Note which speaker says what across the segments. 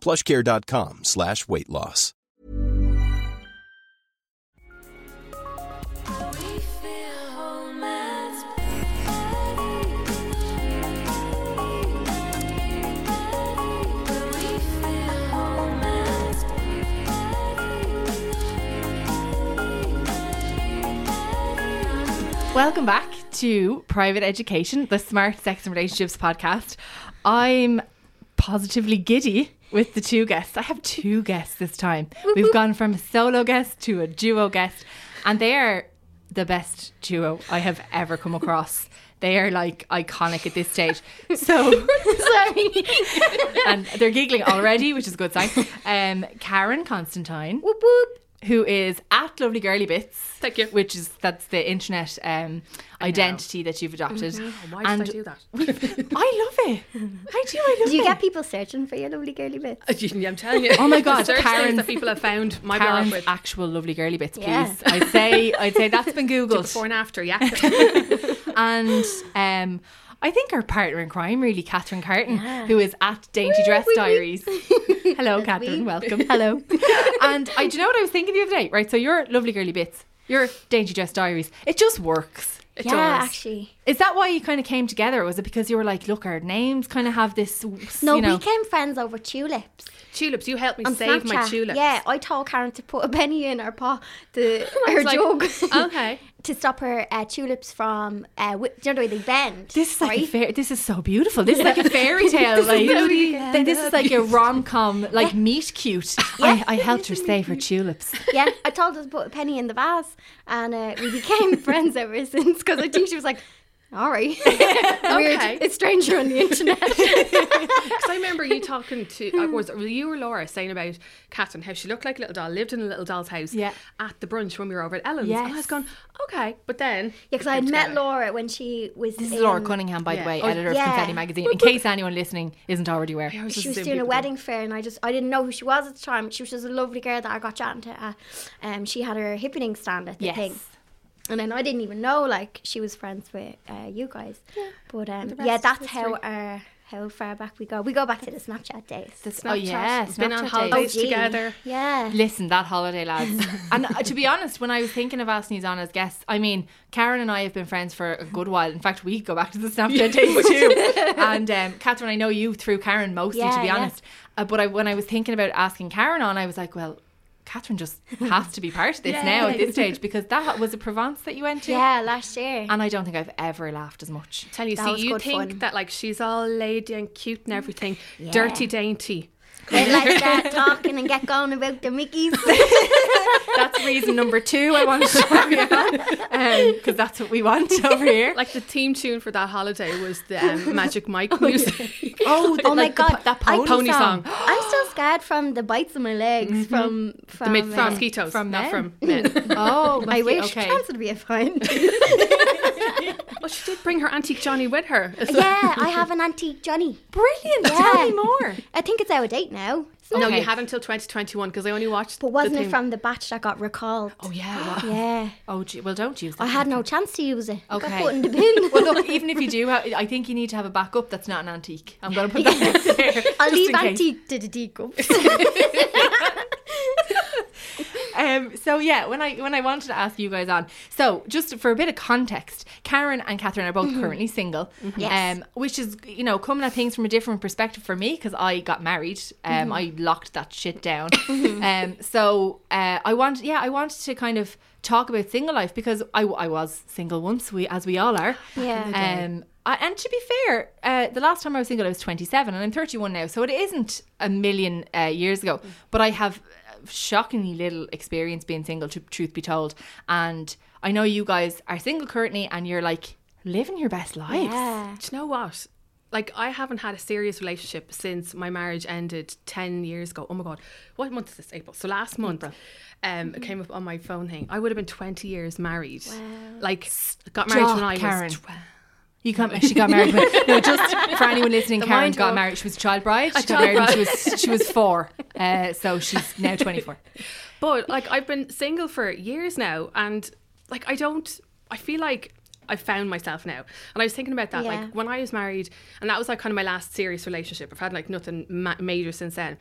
Speaker 1: Plushcare.com slash weight loss.
Speaker 2: Welcome back to Private Education, the Smart Sex and Relationships podcast. I'm positively giddy with the two guests. I have two guests this time. We've gone from a solo guest to a duo guest, and they are the best duo I have ever come across. They are like iconic at this stage. So
Speaker 3: Sorry.
Speaker 2: and they're giggling already, which is a good sign. Um, Karen Constantine,
Speaker 3: whoop whoop.
Speaker 2: who is at Lovely Girly Bits.
Speaker 4: Thank you.
Speaker 2: Which is that's the internet um, identity that you've adopted.
Speaker 4: Oh Why did
Speaker 2: and
Speaker 4: I do that?
Speaker 2: I love it. I do. I love
Speaker 3: Do you
Speaker 2: it.
Speaker 3: get people searching for your lovely girly bits?
Speaker 4: I'm telling you.
Speaker 2: Oh my God,
Speaker 4: The search things
Speaker 2: Karen's-
Speaker 4: that people have found my blog
Speaker 2: Karen's
Speaker 4: with
Speaker 2: actual lovely girly bits, please.
Speaker 3: Yeah.
Speaker 2: I'd say I'd say that's been
Speaker 4: before
Speaker 2: googled.
Speaker 4: and after. Yeah,
Speaker 2: And um, I think our partner in crime, really, Catherine Carton, who is at Dainty Dress Diaries. Hello, Catherine.
Speaker 3: we.
Speaker 2: Welcome. Hello. and I, do you know what I was thinking the other day? Right. So your lovely girly bits, your Dainty Dress Diaries, it just works.
Speaker 4: it
Speaker 3: yeah,
Speaker 4: does.
Speaker 3: actually.
Speaker 2: Is that why you kind of came together? Was it because you were like, look, our names kind of have this?
Speaker 3: No,
Speaker 2: you know,
Speaker 3: we became friends over tulips.
Speaker 4: Tulips, you helped me
Speaker 3: on
Speaker 4: save my
Speaker 3: Snapchat.
Speaker 4: tulips.
Speaker 3: Yeah, I told Karen to put a penny in her pot to
Speaker 4: I
Speaker 3: her
Speaker 4: was like,
Speaker 3: jug.
Speaker 4: okay.
Speaker 3: to stop her uh, tulips from, uh, wi- do you know the way they bend?
Speaker 2: This is like a
Speaker 3: right?
Speaker 2: fair, this is so beautiful. This is like a fairy tale. like th- this is like a rom com, like meet cute. I, I helped her save her tulips.
Speaker 3: yeah, I told her to put a penny in the vase, and uh, we became friends ever since. Because I think she was like, "All right, weird,
Speaker 4: Okay.
Speaker 3: it's stranger on the internet."
Speaker 4: Because I remember you talking to, uh, was it you or Laura saying about Catherine how she looked like a little doll, lived in a little doll's house.
Speaker 2: Yeah.
Speaker 4: At the brunch when we were over at Ellen's, and I was
Speaker 2: Yes.
Speaker 4: going, okay, but then
Speaker 3: Yeah, because I had met Laura when she was.
Speaker 2: This is Laura
Speaker 3: in-
Speaker 2: Cunningham, by the
Speaker 4: yeah.
Speaker 2: way,
Speaker 4: Oh,
Speaker 2: editor
Speaker 3: yeah.
Speaker 2: of Confetti Magazine. In case anyone listening isn't already aware,
Speaker 3: She was doing a wedding fair, and I just I didn't know who she was at the time. She was just a lovely girl that I got chatting to. Uh, um, she had her hippening stand at the
Speaker 2: Yes.
Speaker 3: thing, and then I didn't even know like she was friends with uh, you guys. But um, yeah, that's how uh, how far back we go. We go back to the Snapchat days.
Speaker 2: oh yeah,
Speaker 4: Snapchat. Been on
Speaker 2: Snapchat
Speaker 4: holidays.
Speaker 2: days.
Speaker 4: It's together.
Speaker 3: Yeah.
Speaker 2: Listen, that holiday, lads. and uh, to be honest, when I was thinking of asking you on as guests, I mean, Karen and I have been friends for a good while. In fact, we go back to the Snapchat days too. and um, Catherine, I know you through Karen mostly, to
Speaker 3: Yeah,
Speaker 2: be
Speaker 3: yeah.
Speaker 2: honest. Uh, but I, when I was thinking about asking Karen on, I was like, well, Catherine just has to be part of this now at this stage because that was a Provence that you went to.
Speaker 3: Yeah, last year.
Speaker 2: And I don't think I've ever laughed as much.
Speaker 4: Tell you,
Speaker 3: That was
Speaker 4: see, you
Speaker 3: good
Speaker 4: think
Speaker 3: fun.
Speaker 4: that like she's all lady and cute and everything, dirty dainty.
Speaker 3: They like that talking and get going about the Mickeys.
Speaker 2: That's reason number two I wanted to talk about because um, that's what we want over here.
Speaker 4: Like the theme tune for that holiday was the um, Magic Mike music.
Speaker 2: oh, the-
Speaker 3: Oh my
Speaker 2: like the po-
Speaker 3: god,
Speaker 2: that pony, Mm-hmm.
Speaker 3: I-
Speaker 4: song.
Speaker 3: I'm still scared from the bites on my legs from from
Speaker 4: Made
Speaker 3: uh,
Speaker 4: from mosquitoes,
Speaker 2: from
Speaker 4: not
Speaker 2: men.
Speaker 4: from men.
Speaker 2: Oh,
Speaker 3: I
Speaker 2: must be-
Speaker 3: wish
Speaker 2: Okay.
Speaker 3: chance would be a fine.
Speaker 4: well, she did bring her antique Johnny with her. as well.
Speaker 3: yeah, I have an antique Johnny.
Speaker 2: Brilliant. Tell
Speaker 3: Yeah.
Speaker 2: me more.
Speaker 3: I think it's out of date now. isn't it?
Speaker 4: No,
Speaker 2: Okay.
Speaker 4: you had until 2021 because I only watched.
Speaker 3: But
Speaker 4: the
Speaker 3: wasn't
Speaker 4: thing-
Speaker 3: it from the batch that got recalled?
Speaker 2: Oh yeah. Well,
Speaker 3: Yeah,
Speaker 2: oh gee, well, don't use that.
Speaker 3: I had no chance to use it. I got
Speaker 2: Okay.
Speaker 3: put in the bin.
Speaker 2: Well, look, even if you do, ha- I think you need to have a backup that's not an antique. I'm going to put that out there.
Speaker 3: I'll
Speaker 2: just
Speaker 3: leave
Speaker 2: in case.
Speaker 3: antique to the deacons.
Speaker 2: Um, so yeah, when I when I wanted to ask you guys on, so just for a bit of context, Karen and Catherine are both currently single,
Speaker 3: Mm-hmm. Yes.
Speaker 2: um, which is you know coming at things from a different perspective for me because I got married, um,
Speaker 3: Mm-hmm.
Speaker 2: I locked that shit down. um, so uh, I want, yeah, I wanted to kind of talk about single life because I, I was single once, we as we all are,
Speaker 3: Yeah. Back
Speaker 2: Um, I, and to be fair, uh, the last time I was single, I was 27, and I'm 31 now, so it isn't a million uh, years
Speaker 3: Mm.
Speaker 2: ago. But I have uh, shockingly little experience being single, to truth be told. And I know you guys are single currently, and you're like living your best lives.
Speaker 3: yeah.
Speaker 4: Do you know what? like I haven't had a serious relationship since my marriage ended ten years ago. Oh my god, what month is this? April. So last month, um, it came up on my phone thing. I would have been twenty years married. Like got married
Speaker 2: Stop,
Speaker 4: when I
Speaker 2: Karen.
Speaker 4: was. twelve.
Speaker 2: You can't. She got married. When, no, just for anyone listening, Karen
Speaker 3: mind
Speaker 2: got
Speaker 3: of-
Speaker 2: married. She was a child bride. She got
Speaker 4: child
Speaker 2: married when she was she was four. Uh, so she's now twenty four.
Speaker 4: But like I've been single for years now and like I don't I feel like I found myself now. And I was thinking about that
Speaker 3: Yeah.
Speaker 4: like when I was married and that was like kind of my last serious relationship. I've had like nothing ma- major since then.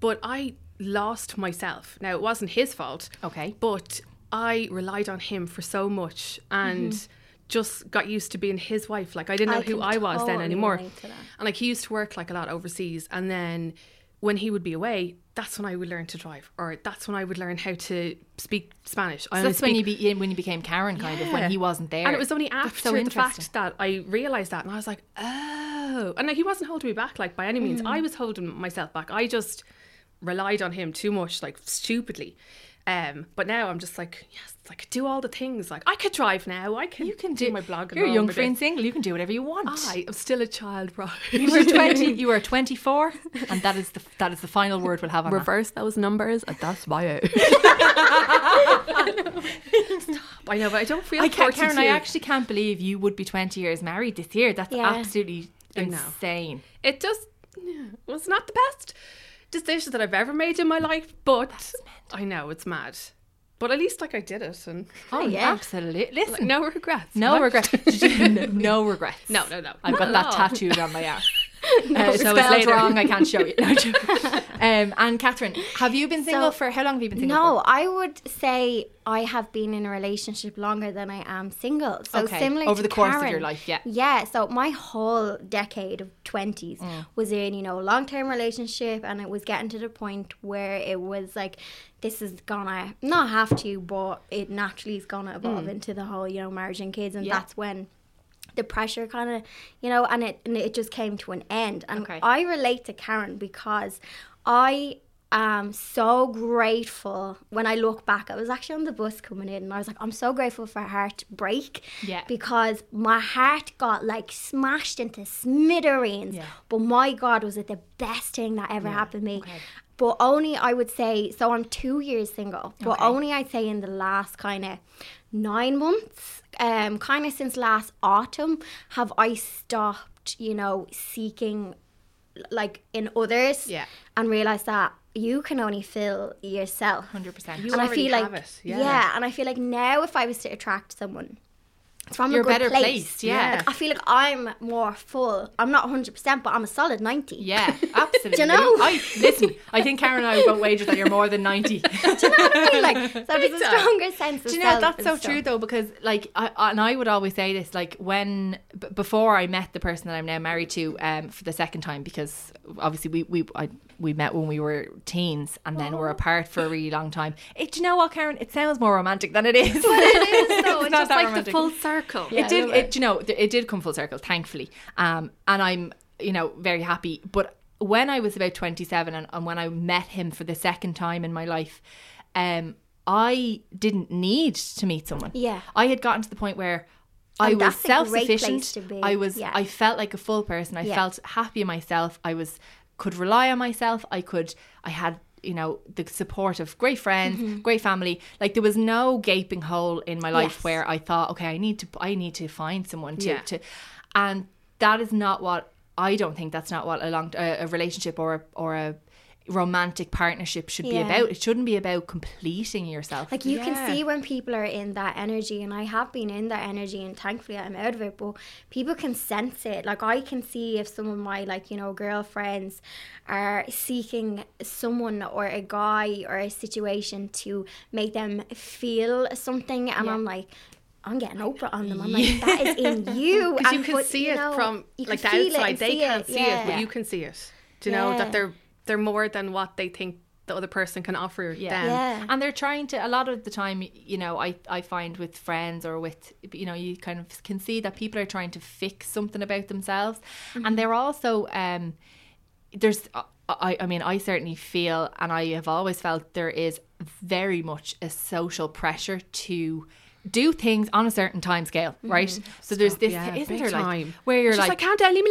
Speaker 4: But I lost myself. Now it wasn't his fault.
Speaker 2: Okay.
Speaker 4: But I relied on him for so much and just got used to being his wife. Like I didn't know
Speaker 3: Mm-hmm. I
Speaker 4: who
Speaker 3: can
Speaker 4: I was then
Speaker 3: totally
Speaker 4: anymore.
Speaker 3: relate to that.
Speaker 4: And like he used to work like a lot overseas, and then when he would be away, that's when I would learn to drive, or that's when I would learn how to speak Spanish. I
Speaker 2: So
Speaker 4: only
Speaker 2: that's when
Speaker 4: speak-
Speaker 2: you be, when you became Karen, kind of
Speaker 4: Yeah.
Speaker 2: when he wasn't there.
Speaker 4: And it was only
Speaker 2: That's
Speaker 4: after the fact that I realized that, and I was like, oh. And like, he wasn't holding me back, like by any
Speaker 2: Hmm.
Speaker 4: means. I was holding myself back. I just relied on him too much, like stupidly. Um, but now I'm just like, yes, I could do all the things. Like I could drive now. I can.
Speaker 2: you can do,
Speaker 4: my blog. and
Speaker 2: You're
Speaker 4: all Ah,
Speaker 2: young,
Speaker 4: my
Speaker 2: free and
Speaker 4: days.
Speaker 2: single. You can do whatever you want.
Speaker 4: I am still a child, right?
Speaker 2: You were twenty. You were twenty four, and that is the that is the final word we'll have on that.
Speaker 5: Reverse those numbers, and that's why it.
Speaker 4: I know, but I don't feel.
Speaker 2: I can't, Karen. I
Speaker 4: 42.
Speaker 2: actually can't believe you would be twenty years married this year. That's
Speaker 3: Yeah.
Speaker 2: absolutely
Speaker 4: know.
Speaker 2: insane.
Speaker 4: It just yeah, was not the best decision that I've ever made in my life, but I know it's mad. But at least like I did it, and
Speaker 2: Oh
Speaker 3: yeah.
Speaker 2: absolutely. Listen,
Speaker 4: like, no regrets.
Speaker 2: no
Speaker 4: What?
Speaker 2: regrets. Did you- no regrets.
Speaker 4: No, no, no.
Speaker 2: I've got
Speaker 4: Not
Speaker 2: that
Speaker 4: at all.
Speaker 2: tattooed on my arm. Uh, so it's
Speaker 4: spelled
Speaker 2: later. wrong.
Speaker 4: wrong,
Speaker 2: I can't show you. um, and Catherine, have you been single
Speaker 3: So-
Speaker 2: for how long? Have you been single?
Speaker 3: No, I would say I have been in a relationship longer than I am single. So
Speaker 2: Okay,
Speaker 3: similar
Speaker 2: over
Speaker 3: to
Speaker 2: the course of your
Speaker 3: Karen.
Speaker 2: life, yeah.
Speaker 3: Yeah. So my whole decade of twenties
Speaker 2: Mm.
Speaker 3: was in you know a long term relationship, and it was getting to the point where it was like. This is gonna not have to, but it naturally is gonna evolve
Speaker 2: Mm.
Speaker 3: into the whole, you know, marriage and kids, and that's when the pressure kind of you know and it and it just came to an end and
Speaker 2: Okay.
Speaker 3: i relate to karen because i am so grateful when i look back i was actually on the bus coming in and i was like i'm so grateful for heartbreak
Speaker 2: Yeah.
Speaker 3: because my heart got like smashed into smithereens
Speaker 2: Yeah.
Speaker 3: but my god was it the best thing that ever happened to me but only i would say so i'm two years single but only i'd say in the last kind of nine months um kind of since last autumn have i stopped you know seeking like in others
Speaker 4: Yeah.
Speaker 3: and realized that you can only fill yourself
Speaker 2: hundred percent.
Speaker 4: You
Speaker 3: and i
Speaker 4: already
Speaker 3: feel like
Speaker 4: have it, yeah.
Speaker 3: and i feel like now if i was to attract someone from
Speaker 2: You're
Speaker 3: a good
Speaker 2: better
Speaker 3: place.
Speaker 2: placed, yeah.
Speaker 3: Like, I feel like I'm more full. I'm not 100%, but I'm a solid 90.
Speaker 2: Yeah, absolutely.
Speaker 3: Do you know?
Speaker 2: I listen. I think Karen and I would wager that you're more than ninety.
Speaker 3: I feel like so there's a stronger sense of
Speaker 2: Do you know
Speaker 3: self
Speaker 2: that's
Speaker 3: and
Speaker 2: so
Speaker 3: stuff.
Speaker 2: true though because like I, I- and I would always say this like when b- before I met the person that I'm now married to um for the second time because obviously we we I, we met when we were teens and then
Speaker 4: Oh.
Speaker 2: we're apart for a really long time. It, do you know what, Karen? It sounds more romantic than it is.
Speaker 4: It is
Speaker 2: It's
Speaker 4: though. It's,
Speaker 2: not
Speaker 4: just
Speaker 2: that
Speaker 4: like
Speaker 2: romantic.
Speaker 4: the full circle.
Speaker 2: it did. It, do you know, th- it did come full circle, thankfully. Um, and I'm, you know, very happy. But when I was about 27 and, and when I met him for the second time in my life, um, I didn't need to meet someone.
Speaker 3: Yeah.
Speaker 2: I had gotten to the point where I
Speaker 3: And
Speaker 2: was
Speaker 3: that's a
Speaker 2: self
Speaker 3: great place
Speaker 2: sufficient.
Speaker 3: to be,
Speaker 2: I was,
Speaker 3: yeah.
Speaker 2: I felt like a full person. I
Speaker 3: Yeah.
Speaker 2: felt happy in myself. I was, could rely on myself. I could, I had, you know, the support of great friends,
Speaker 3: Mm-hmm.
Speaker 2: great family. Like there was no gaping hole in my life
Speaker 3: Yes.
Speaker 2: where I thought, okay, I need to I need to find someone to
Speaker 4: Yeah.
Speaker 2: to, and that is not what I don't think that's not what a long a, a relationship or a, or a romantic partnership should be
Speaker 3: Yeah.
Speaker 2: about. It shouldn't be about completing yourself.
Speaker 3: Like you
Speaker 4: Yeah.
Speaker 3: can see when people are in that energy, and I have been in that energy, and thankfully I'm out of it. But people can sense it. Like I can see if some of my like you know girlfriends are seeking someone or a guy or a situation to make them feel something, and I'm like. I'm getting Oprah on them. I'm like, that is in you.
Speaker 4: Because you
Speaker 3: and-
Speaker 4: can
Speaker 3: but,
Speaker 4: see
Speaker 3: you
Speaker 4: it
Speaker 3: know,
Speaker 4: from
Speaker 3: you can
Speaker 4: like the
Speaker 3: feel it
Speaker 4: outside.
Speaker 3: and
Speaker 4: They can't see it, but
Speaker 3: yeah.
Speaker 4: you can see it. Do you know
Speaker 3: Yeah.
Speaker 4: that they're they're more than what they think the other person can offer them.
Speaker 3: Yeah.
Speaker 2: and they're trying to a lot of the time you know i i find with friends or with you know you kind of can see that people are trying to fix something about themselves
Speaker 4: Mm-hmm.
Speaker 2: and they're also um there's uh, I, I mean I certainly feel and I have always felt there is very much a social pressure to do things on a certain time scale, right? So there's this,
Speaker 4: Mm-hmm. yeah,
Speaker 2: isn't
Speaker 4: big
Speaker 2: there like
Speaker 4: time.
Speaker 2: where you're
Speaker 4: She's
Speaker 2: like,
Speaker 4: like, can't tell leave me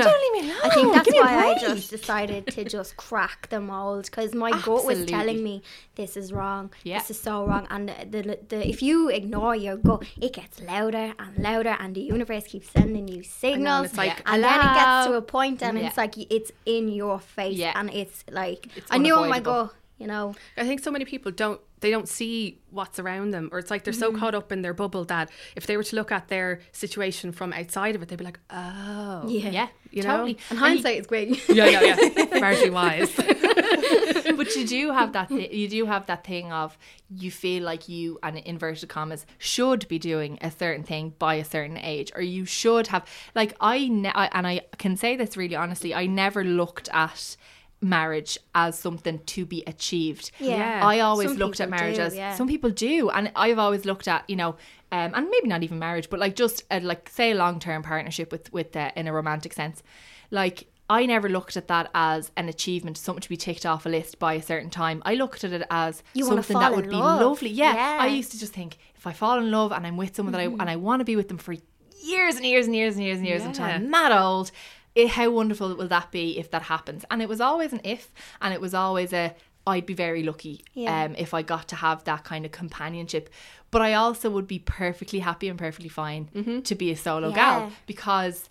Speaker 2: "Can't you leave me
Speaker 3: I think
Speaker 2: alone?
Speaker 3: that's
Speaker 2: Oh, Give me a
Speaker 3: why I
Speaker 2: break."
Speaker 3: just decided to just crack the mold because my gut was
Speaker 2: Absolutely.
Speaker 3: telling me this is wrong.
Speaker 2: Yeah.
Speaker 3: This is so wrong. And the, the, the if you ignore your gut, it gets louder and louder, and the universe keeps sending you signals.
Speaker 4: and it's like,
Speaker 3: and then it gets to
Speaker 2: "Hello."
Speaker 3: a point, and
Speaker 2: Yeah.
Speaker 3: it's like it's in your face,
Speaker 2: Yeah.
Speaker 3: and it's like I knew on my
Speaker 2: unavoidable.
Speaker 3: gut, you know.
Speaker 4: I think so many people don't they don't see what's around them or it's like they're so caught up in their bubble that if they were to look at their situation from outside of it they'd be like oh
Speaker 3: Yeah.
Speaker 2: yeah,
Speaker 4: You know?
Speaker 2: totally.
Speaker 3: And hindsight is great.
Speaker 4: yeah yeah yeah fairly wise
Speaker 2: but you do have that thi- you do have that thing of you feel like you and inverted commas should be doing a certain thing by a certain age or you should have like I, ne- I and I can say this really honestly I never looked at marriage as something to be achieved
Speaker 3: Yeah.
Speaker 2: I always
Speaker 3: Some
Speaker 2: looked at
Speaker 3: people
Speaker 2: marriage
Speaker 3: do,
Speaker 2: as
Speaker 3: yeah.
Speaker 2: some people do and I've always looked at you know um, and maybe not even marriage but like just a, like say a long-term partnership with with uh, in a romantic sense like I never looked at that as an achievement, something to be ticked off a list by a certain time. I looked at it as
Speaker 3: You wanna
Speaker 2: something that
Speaker 3: fall
Speaker 2: would
Speaker 3: in
Speaker 2: be
Speaker 3: love.
Speaker 2: lovely. Yeah,
Speaker 3: Yeah.
Speaker 2: I used to just think if I fall in love and I'm with someone
Speaker 3: Mm-hmm.
Speaker 2: that I and I want to be with them for years and years and years and years and years until
Speaker 4: Yeah.
Speaker 2: I'm that old, it, how wonderful will that be if that happens? And it was always an if, and it was always a I'd be very lucky
Speaker 3: Yeah.
Speaker 2: um, if I got to have that kind of companionship. But I also would be perfectly happy and perfectly fine to be a solo
Speaker 3: Mm-hmm. Yeah.
Speaker 2: gal because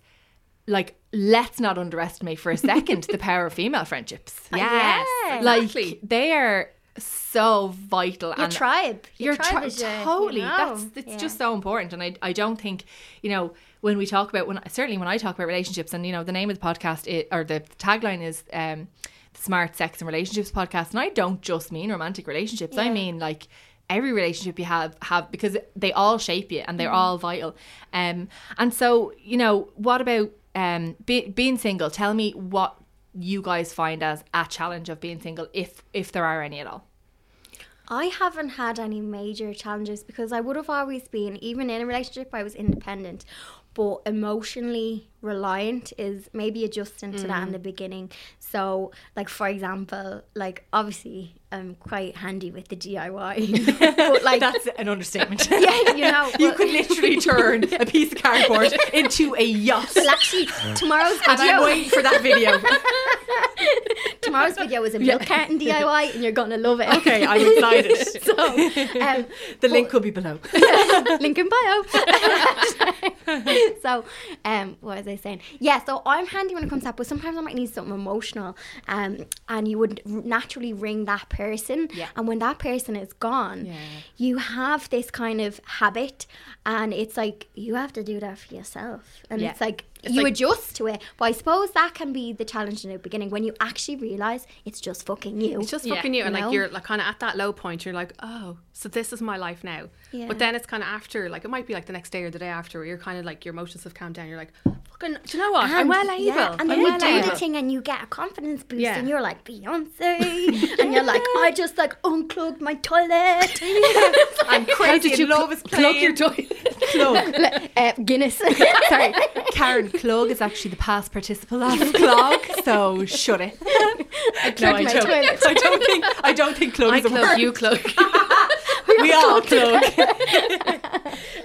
Speaker 2: like let's not underestimate for a second the power of female friendships.
Speaker 3: Yes,
Speaker 2: Like
Speaker 4: exactly.
Speaker 2: they are so vital
Speaker 3: Your
Speaker 2: and
Speaker 3: tribe.
Speaker 2: your
Speaker 3: tribe
Speaker 2: tri-
Speaker 3: is your- you
Speaker 2: totally
Speaker 3: know.
Speaker 2: that's it's
Speaker 3: Yeah.
Speaker 2: just so important and I, I don't think you know when we talk about when certainly when I talk about relationships and you know the name of the podcast i or the tagline is um the smart sex and relationships podcast and I don't just mean romantic relationships I
Speaker 3: Yeah.
Speaker 2: mean like every relationship you have have because they all shape you and they're
Speaker 3: Mm-hmm.
Speaker 2: all vital um and so you know what about um be, being single tell me what you guys find as a challenge of being single if if there are any at all
Speaker 3: I haven't had any major challenges because I would have always been, even in a relationship, I was independent. But emotionally reliant is maybe adjusting to that in
Speaker 2: Mm.
Speaker 3: the beginning. So, like for example, like obviously I'm quite handy with the DIY, but like
Speaker 2: that's an understatement
Speaker 3: yeah, you know,
Speaker 2: You
Speaker 3: but-
Speaker 2: could literally turn a piece of cardboard into a yacht.
Speaker 3: Well, actually, tomorrow's
Speaker 2: And I'm
Speaker 3: video,
Speaker 2: waiting for that video.
Speaker 3: tomorrow's video is a milk carton DIY, and you're gonna love it.
Speaker 2: Okay, I'm excited.
Speaker 3: so um,
Speaker 2: The link will be below.
Speaker 3: link in bio. so, um, what was I saying? Yeah, so I'm handy when it comes to that, but sometimes I might need something emotional, um, and you would r- naturally ring that person.
Speaker 2: Yeah.
Speaker 3: And when that person is gone, you have this kind of habit, and it's like you have to do that for yourself, and
Speaker 2: Yeah.
Speaker 3: it's like. you
Speaker 4: like-
Speaker 3: adjust to it, but I suppose that can be the challenge in the beginning when you actually realize it's just fucking you.
Speaker 4: it's just
Speaker 2: Yeah,
Speaker 4: fucking you and
Speaker 3: no.
Speaker 4: like you're like kind of at that low point you're like oh so this is my life now
Speaker 3: Yeah.
Speaker 4: but then it's kind of after like it might be like the next day or the day after where you're kind of like your emotions have calmed down you're like fucking do you know what I'm well able
Speaker 3: yeah, and then
Speaker 4: I'm
Speaker 3: you
Speaker 4: well
Speaker 3: do
Speaker 4: able.
Speaker 3: the thing and you get a confidence boost
Speaker 4: Yeah.
Speaker 3: and you're like Beyonce and you're like I just like unplugged my toilet
Speaker 2: I'm crazy.
Speaker 4: did you
Speaker 2: love is
Speaker 4: plug your
Speaker 2: playing.
Speaker 4: toy
Speaker 2: Clog.
Speaker 3: uh, Guinness sorry
Speaker 2: Karen Clog is actually the past participal of Clog, so shut it. no, I
Speaker 3: my
Speaker 2: don't.
Speaker 3: toilet.
Speaker 2: I don't think. I don't think Clog
Speaker 4: I
Speaker 2: is a word.
Speaker 4: cloak you cloak
Speaker 2: we all plug.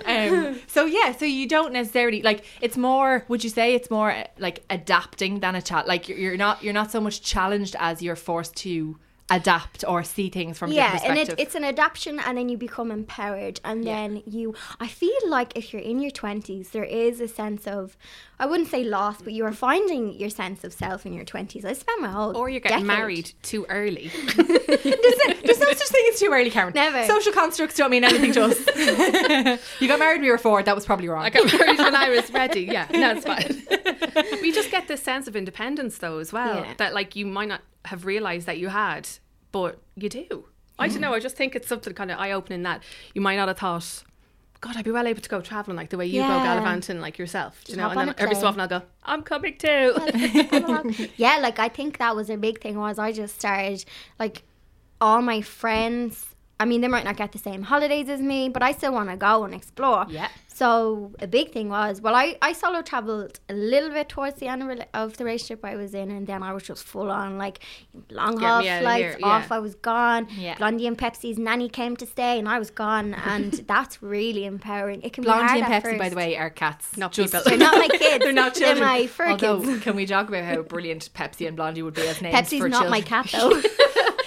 Speaker 2: um, so yeah, so you don't necessarily like. It's more. Would you say it's more uh, like adapting than a chat? Like you're, you're not. You're not so much challenged as you're forced to adapt or see things from yeah,
Speaker 3: yeah
Speaker 2: different
Speaker 3: and it,
Speaker 2: perspective.
Speaker 3: it's an adaptation and then you become empowered and then you I feel like if you're in your 20s there is a sense of I wouldn't say loss but you are finding your sense of self in your 20s I spent my whole
Speaker 4: or you're getting
Speaker 3: decade-
Speaker 4: married too early
Speaker 2: There's no such thing as too early, Karen.
Speaker 3: Never.
Speaker 2: Social constructs don't mean anything to us. you got married when you were four. That was probably wrong.
Speaker 4: I got married when I was ready. Yeah, no, it's fine. we just get this sense of independence, though, as well,
Speaker 3: Yeah.
Speaker 4: that like you might not have realized that you had, but you do. I
Speaker 3: Mm.
Speaker 4: don't know. I just think it's something kind of eye opening that you might not have thought. God, I'd be well able to go traveling like the way you
Speaker 3: Yeah.
Speaker 4: go gallivanting like yourself, do you know.
Speaker 3: hop
Speaker 4: And
Speaker 3: on
Speaker 4: then
Speaker 3: a
Speaker 4: every so
Speaker 3: plane.
Speaker 4: often I'll go, I'm coming too.
Speaker 3: yeah, like I think that was a big thing was I just started like all my friends I mean, they might not get the same holidays as me, but I still want to go and explore.
Speaker 4: Yeah.
Speaker 3: So a big thing was, well, I, I solo traveled a little bit towards the end of rela- of the relationship I was in, and then I was just full on like long
Speaker 4: Get
Speaker 3: haul
Speaker 4: me outta
Speaker 3: flights
Speaker 4: here, yeah.
Speaker 3: off. I was gone.
Speaker 2: Yeah.
Speaker 3: Blondie and Pepsi's nanny came to stay, and I was gone, and that's really empowering. It can
Speaker 2: Blondie
Speaker 3: be
Speaker 2: and
Speaker 3: hard at
Speaker 2: Pepsi,
Speaker 3: first.
Speaker 2: by the way, are cats.
Speaker 4: Not
Speaker 2: Just-
Speaker 4: people.
Speaker 3: They're not my kids.
Speaker 4: They're not children.
Speaker 3: They're my fur
Speaker 2: Although,
Speaker 3: kids.
Speaker 2: can we talk about how brilliant Pepsi and Blondie would be as names
Speaker 3: Pepsi's
Speaker 2: for
Speaker 3: not
Speaker 2: children?
Speaker 3: my cat though.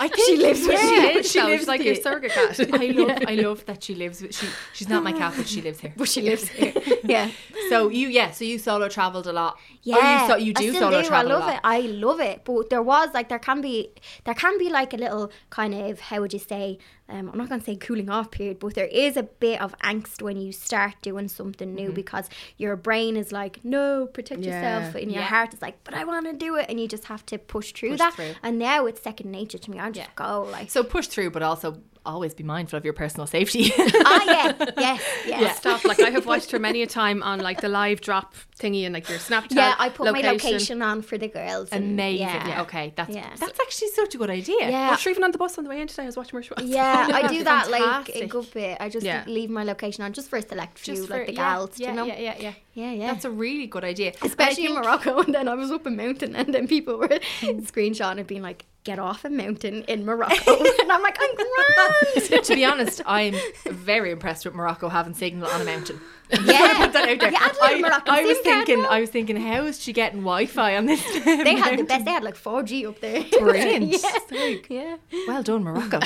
Speaker 2: I think she
Speaker 3: lives with
Speaker 4: She
Speaker 3: Yeah,
Speaker 4: is,
Speaker 2: She
Speaker 4: though.
Speaker 2: lives
Speaker 4: She's like
Speaker 2: with
Speaker 4: your
Speaker 2: it.
Speaker 4: surrogate cat.
Speaker 2: I love, I love that she lives with. She, she's not my cat, but she lives here.
Speaker 3: but she lives here. Yeah.
Speaker 2: So you, yeah. So you solo traveled a lot.
Speaker 3: Yeah,
Speaker 2: Oh, you, so, you
Speaker 3: I
Speaker 2: do
Speaker 3: still
Speaker 2: solo
Speaker 3: do.
Speaker 2: travel
Speaker 3: I love
Speaker 2: a lot.
Speaker 3: it. I love it. But there was like there can be there can be like a little kind of how would you say? Um, I'm not going to say cooling off period, but there is a bit of angst when you start doing something
Speaker 2: Mm-hmm.
Speaker 3: new because your brain is like, no, protect
Speaker 4: Yeah.
Speaker 3: yourself, and your
Speaker 2: Yeah.
Speaker 3: heart is like, but I want to do it, and you just have to push through
Speaker 2: Push
Speaker 3: that.
Speaker 2: through.
Speaker 3: And now it's second nature to me. I just go like,
Speaker 2: So push through, but also always be mindful of your personal safety.
Speaker 3: ah, yeah, yes, yes.
Speaker 4: yeah. stuff. Like I have watched her many a time on like the live drop thingy and like your Snapchat.
Speaker 3: Yeah, I put my location on for the girls. and-
Speaker 2: Amazing.
Speaker 3: yeah.
Speaker 2: Okay. That's
Speaker 3: Yeah.
Speaker 2: that's actually such a good idea.
Speaker 3: Yeah.
Speaker 4: I was even on the bus on the way in today. I was watching Marisha.
Speaker 3: Yeah, I do that like a
Speaker 2: fantastic.
Speaker 3: good bit. I just
Speaker 4: Yeah.
Speaker 3: leave my location on just for a select few,
Speaker 2: Just for,
Speaker 3: like the
Speaker 2: yeah,
Speaker 3: gals, do
Speaker 2: yeah,
Speaker 3: you know?
Speaker 2: yeah, yeah, yeah.
Speaker 3: yeah, yeah.
Speaker 2: That's a really good idea. And I
Speaker 3: Especially in
Speaker 2: think-
Speaker 3: Morocco, and then I was up a mountain, and then people were screenshotting it, being like, "Get off a mountain in Morocco," and I'm like, "I'm grand."
Speaker 2: to be honest, I'm very impressed with Morocco having signal on a mountain.
Speaker 3: yeah,
Speaker 2: Put that out there.
Speaker 3: Yeah, I'd like
Speaker 2: I,
Speaker 3: Moroccan
Speaker 2: I was
Speaker 3: SIM card,
Speaker 2: thinking,
Speaker 3: no?
Speaker 2: I was thinking, how is she getting Wi-Fi on this?
Speaker 3: they had the best. They had like 4G up there.
Speaker 2: Brilliant.
Speaker 3: yeah. yeah.
Speaker 2: Well done, Morocco.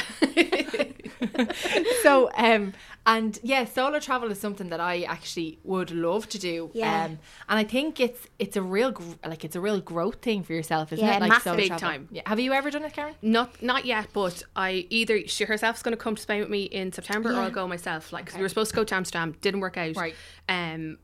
Speaker 2: so, um, and yeah, solo travel is something that I actually would love to do.
Speaker 3: Yeah.
Speaker 2: Um, and I think it's it's a real gr- like it's a real growth thing for yourself, isn't
Speaker 3: Yeah,
Speaker 2: it? Like
Speaker 3: massive.
Speaker 2: solo
Speaker 4: Big
Speaker 2: travel.
Speaker 4: time.
Speaker 2: Yeah. Have you ever done it, Karen?
Speaker 4: Not not yet, but I either she herself's going to come to Spain with me in September, or
Speaker 3: Yeah.
Speaker 4: I'll go myself. Like 'cause we were supposed to go to Amsterdam, didn't work out.
Speaker 2: Right.
Speaker 4: Um,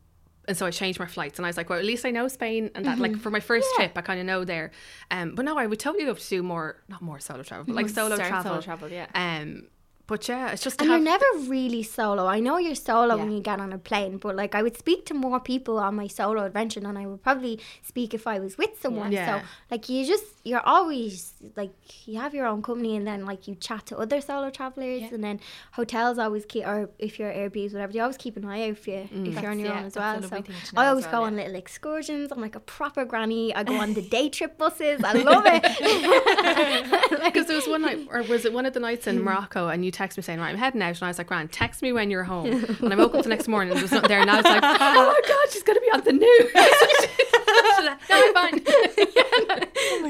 Speaker 4: and so I changed my flights, and I was like, well, at least I know Spain, and that like for my first trip, I kind of know there. Um, but no, I would totally love to do more, not more solo travel, but like solo
Speaker 2: certain
Speaker 4: travel.
Speaker 2: solo travel, yeah.
Speaker 4: Um, but yeah, it's just to
Speaker 3: And you're
Speaker 4: have
Speaker 3: never really solo. I know you're solo when
Speaker 2: Yeah.
Speaker 3: you get on a plane, but like I would speak to more people on my solo adventure than I would probably speak if I was with someone.
Speaker 4: Yeah.
Speaker 3: So like you just you're always like you have your own company and then like you chat to other solo travelers and then hotels always keep or if you're Airbnbs whatever they always keep an eye out for you if you're on your
Speaker 2: yeah,
Speaker 3: own as
Speaker 2: that's a
Speaker 3: well.
Speaker 2: lovely thing
Speaker 3: So
Speaker 2: to know
Speaker 3: I
Speaker 2: as
Speaker 3: always
Speaker 2: well,
Speaker 3: go
Speaker 2: yeah.
Speaker 3: on little excursions. I'm like a proper granny. I go on the day trip buses. I love it.
Speaker 4: Because there was one night, or was it one of the nights in Morocco, and you text me saying, "Right, I'm heading out," and I was like, "Ran, text me when you're home." And I woke up the next morning and it was not there, and I was like, "Oh my god, she's gonna be on the news." no, I'm fine.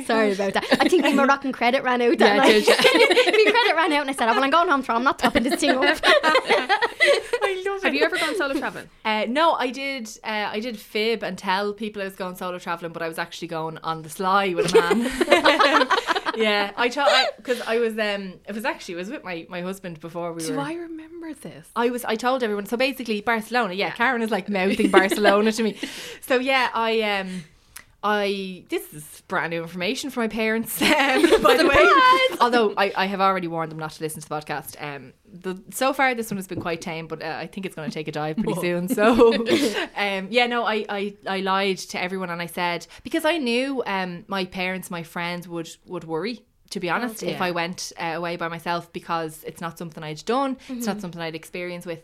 Speaker 3: Sorry about that. I think the Moroccan credit ran out. that
Speaker 4: Yeah, it
Speaker 3: night. the credit ran out, and I said, "Oh, "Well, I'm going home, so I'm not topping this thing up."
Speaker 2: I love
Speaker 4: Have you ever gone solo traveling?
Speaker 2: Uh, no, I did. Uh, I did fib and tell people I was going solo traveling, but I was actually going on the sly with a man. yeah, I told because I, was. Um, it was actually it was with my, my husband before we
Speaker 4: Do
Speaker 2: were.
Speaker 4: I remember this?
Speaker 2: I was. I told everyone. So basically, Barcelona. Yeah, Karen is like mouthing Barcelona to me. So yeah, I um, I this is brand new information for my parents. Um, by the way, although I, I have already warned them not to listen to the podcast. Um, the, so far this one has been quite tame, but uh, I think it's going to take a dive pretty soon. So, um, yeah, no, I, I I lied to everyone and I said because I knew um my parents, my friends would would worry to be honest, if I went uh, away by myself because it's not something I'd done, it's not something I'd experienced with.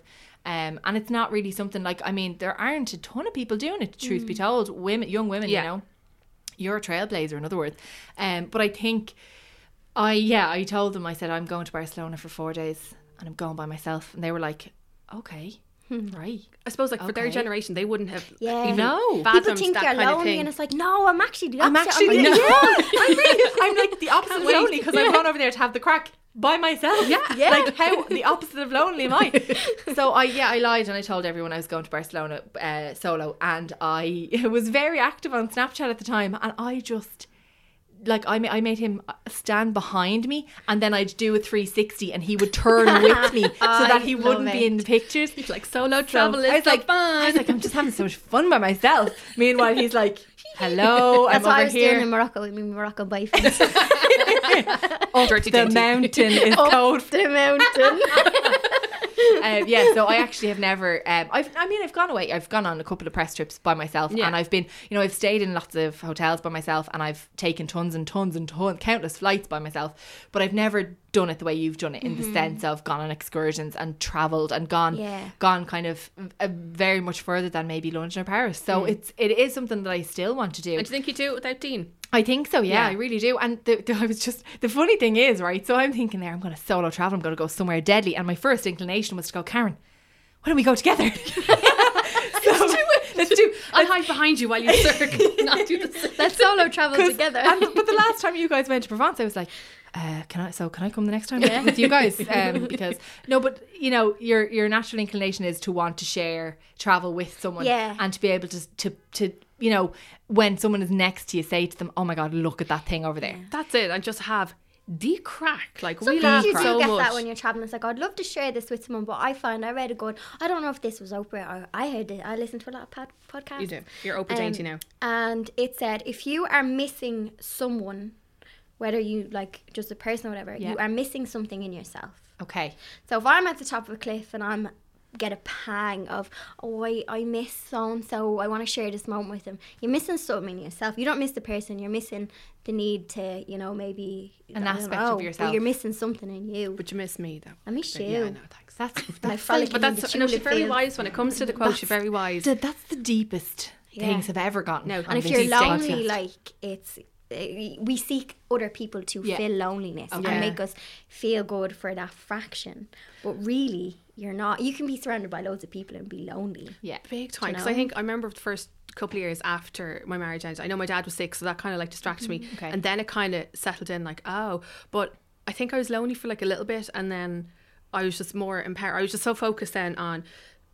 Speaker 2: Um, and it's not really something like I mean, there aren't a ton of people doing it. Truth be told, women, young women,
Speaker 4: Yeah.
Speaker 2: you know, you're a trailblazer. In other words, um, but I think I yeah, I told them I said I'm going to Barcelona for four days and I'm going by myself, and they were like, okay, right,
Speaker 4: I suppose like for their
Speaker 2: Okay.
Speaker 4: generation, they wouldn't have
Speaker 3: Yeah.
Speaker 4: even
Speaker 2: No.
Speaker 4: fathomed
Speaker 3: People think
Speaker 4: that
Speaker 3: you're
Speaker 4: kind of
Speaker 3: lonely,
Speaker 4: thing.
Speaker 3: and it's like, no, I'm actually the
Speaker 2: I'm
Speaker 3: opposite.
Speaker 2: actually
Speaker 3: I'm
Speaker 2: the-
Speaker 3: like,
Speaker 2: I'm, really, I'm like the opposite of
Speaker 4: wait.
Speaker 2: lonely because I've gone over there to have the crack by myself. Yeah.
Speaker 3: Yeah.
Speaker 2: Like how the opposite of lonely am I? so I yeah, I lied and I told everyone I was going to Barcelona uh, solo and I was very active on Snapchat at the time and I just like I, ma- I made him stand behind me and then I'd do a 360 and he would turn with me so that he
Speaker 3: love
Speaker 2: wouldn't be
Speaker 3: it.
Speaker 2: in the pictures. He's
Speaker 4: like solo travel
Speaker 2: I
Speaker 4: is
Speaker 2: was
Speaker 4: so
Speaker 2: like, I
Speaker 4: fun.
Speaker 2: was like, I'm just having so much fun by myself. Meanwhile, he's like, hello, I'm
Speaker 3: That's what
Speaker 2: over
Speaker 3: I was
Speaker 2: here.
Speaker 3: doing in Morocco with my Morocco boyfriend.
Speaker 4: Dirty
Speaker 2: the
Speaker 4: dainty.
Speaker 2: Oh. mountain is cold.
Speaker 3: the mountain.
Speaker 2: Um, yeah, so I actually have never. Um, I've, I mean, I've gone away. I've gone on a couple of press trips by myself,
Speaker 4: Yeah.
Speaker 2: and I've been, you know, I've stayed in lots of hotels by myself, and I've taken tons and tons and tons, countless flights by myself. But I've never done it the way you've done it, in the sense of gone on excursions and travelled and gone,
Speaker 3: Yeah.
Speaker 2: gone kind of uh, very much further than maybe London or Paris. So it's it is something that I still want to do.
Speaker 4: And do you think you do it without Dean?
Speaker 2: I think so, yeah, I
Speaker 4: Yeah.
Speaker 2: really do. And the, the, I was just, the funny thing is, right? So I'm thinking there, I'm going to solo travel, I'm going to go somewhere deadly. And my first inclination was to go, Karen, why don't we go together? so, let's do it. Let's do
Speaker 4: I'll hide behind you while you circle. Not do the same.
Speaker 3: Let's solo travel
Speaker 2: 'Cause-
Speaker 3: together.
Speaker 2: and the- but the last time you guys went to Provence, I was like, uh, can I? So can I come the next time with- with you guys? Um, because no, but you know, your your natural inclination is to want to share travel with someone,
Speaker 3: Yeah.
Speaker 2: and to be able to to to you know when someone is next to you, say to them, "Oh my god, look at that thing over there."
Speaker 4: That's it. And just have the crack. Like we
Speaker 3: Sometimes
Speaker 4: laugh
Speaker 3: you do
Speaker 4: so
Speaker 3: get
Speaker 4: much.
Speaker 3: that when you're traveling. It's like I'd love to share this with someone, but I find I read a good. I don't know if this was Oprah. Or I heard it. I listened to a lot of pod, podcasts.
Speaker 4: You do. You're Oprah
Speaker 3: Um,
Speaker 4: Dainty now.
Speaker 3: And it said if you are missing someone, whether you like just a person or whatever, you are missing something in yourself.
Speaker 2: Okay,
Speaker 3: So if I'm at the top of a cliff and I'm get a pang of oh I, I miss so and so I want to share this moment with them you're missing something in yourself you don't miss the person you're missing the need to you know maybe
Speaker 2: An
Speaker 3: I don't
Speaker 2: aspect of
Speaker 3: but
Speaker 2: yourself.
Speaker 3: you're missing something in you
Speaker 4: But you miss me though.
Speaker 3: I miss
Speaker 4: But Yeah, I
Speaker 3: you.
Speaker 4: know, thanks.
Speaker 2: that's
Speaker 3: My
Speaker 2: that's
Speaker 3: frolic
Speaker 4: But
Speaker 3: in the
Speaker 4: that's you know, she's
Speaker 3: tulip
Speaker 4: very
Speaker 3: field.
Speaker 4: wise when it comes to the quote. She's very wise.
Speaker 2: the, that's the deepest things I've ever gotten.
Speaker 4: No,
Speaker 2: on
Speaker 4: and
Speaker 3: and if
Speaker 2: this
Speaker 3: you're
Speaker 2: podcast.
Speaker 3: lonely like it's eh, we seek other people to
Speaker 2: Yeah.
Speaker 3: fill loneliness
Speaker 2: Okay.
Speaker 3: and make us feel good for that fraction but really you're not you can be surrounded by loads of people and be lonely
Speaker 2: yeah,
Speaker 4: Big time. Because I think I remember the first couple of years after my marriage ended. I know my dad was sick, so that kind of like distracted
Speaker 3: Mm-hmm.
Speaker 4: me.
Speaker 2: Okay.
Speaker 4: And then it kind of settled in, like, oh, but I think I was lonely for like a little bit. And then I was just more empowered. I was just so focused then on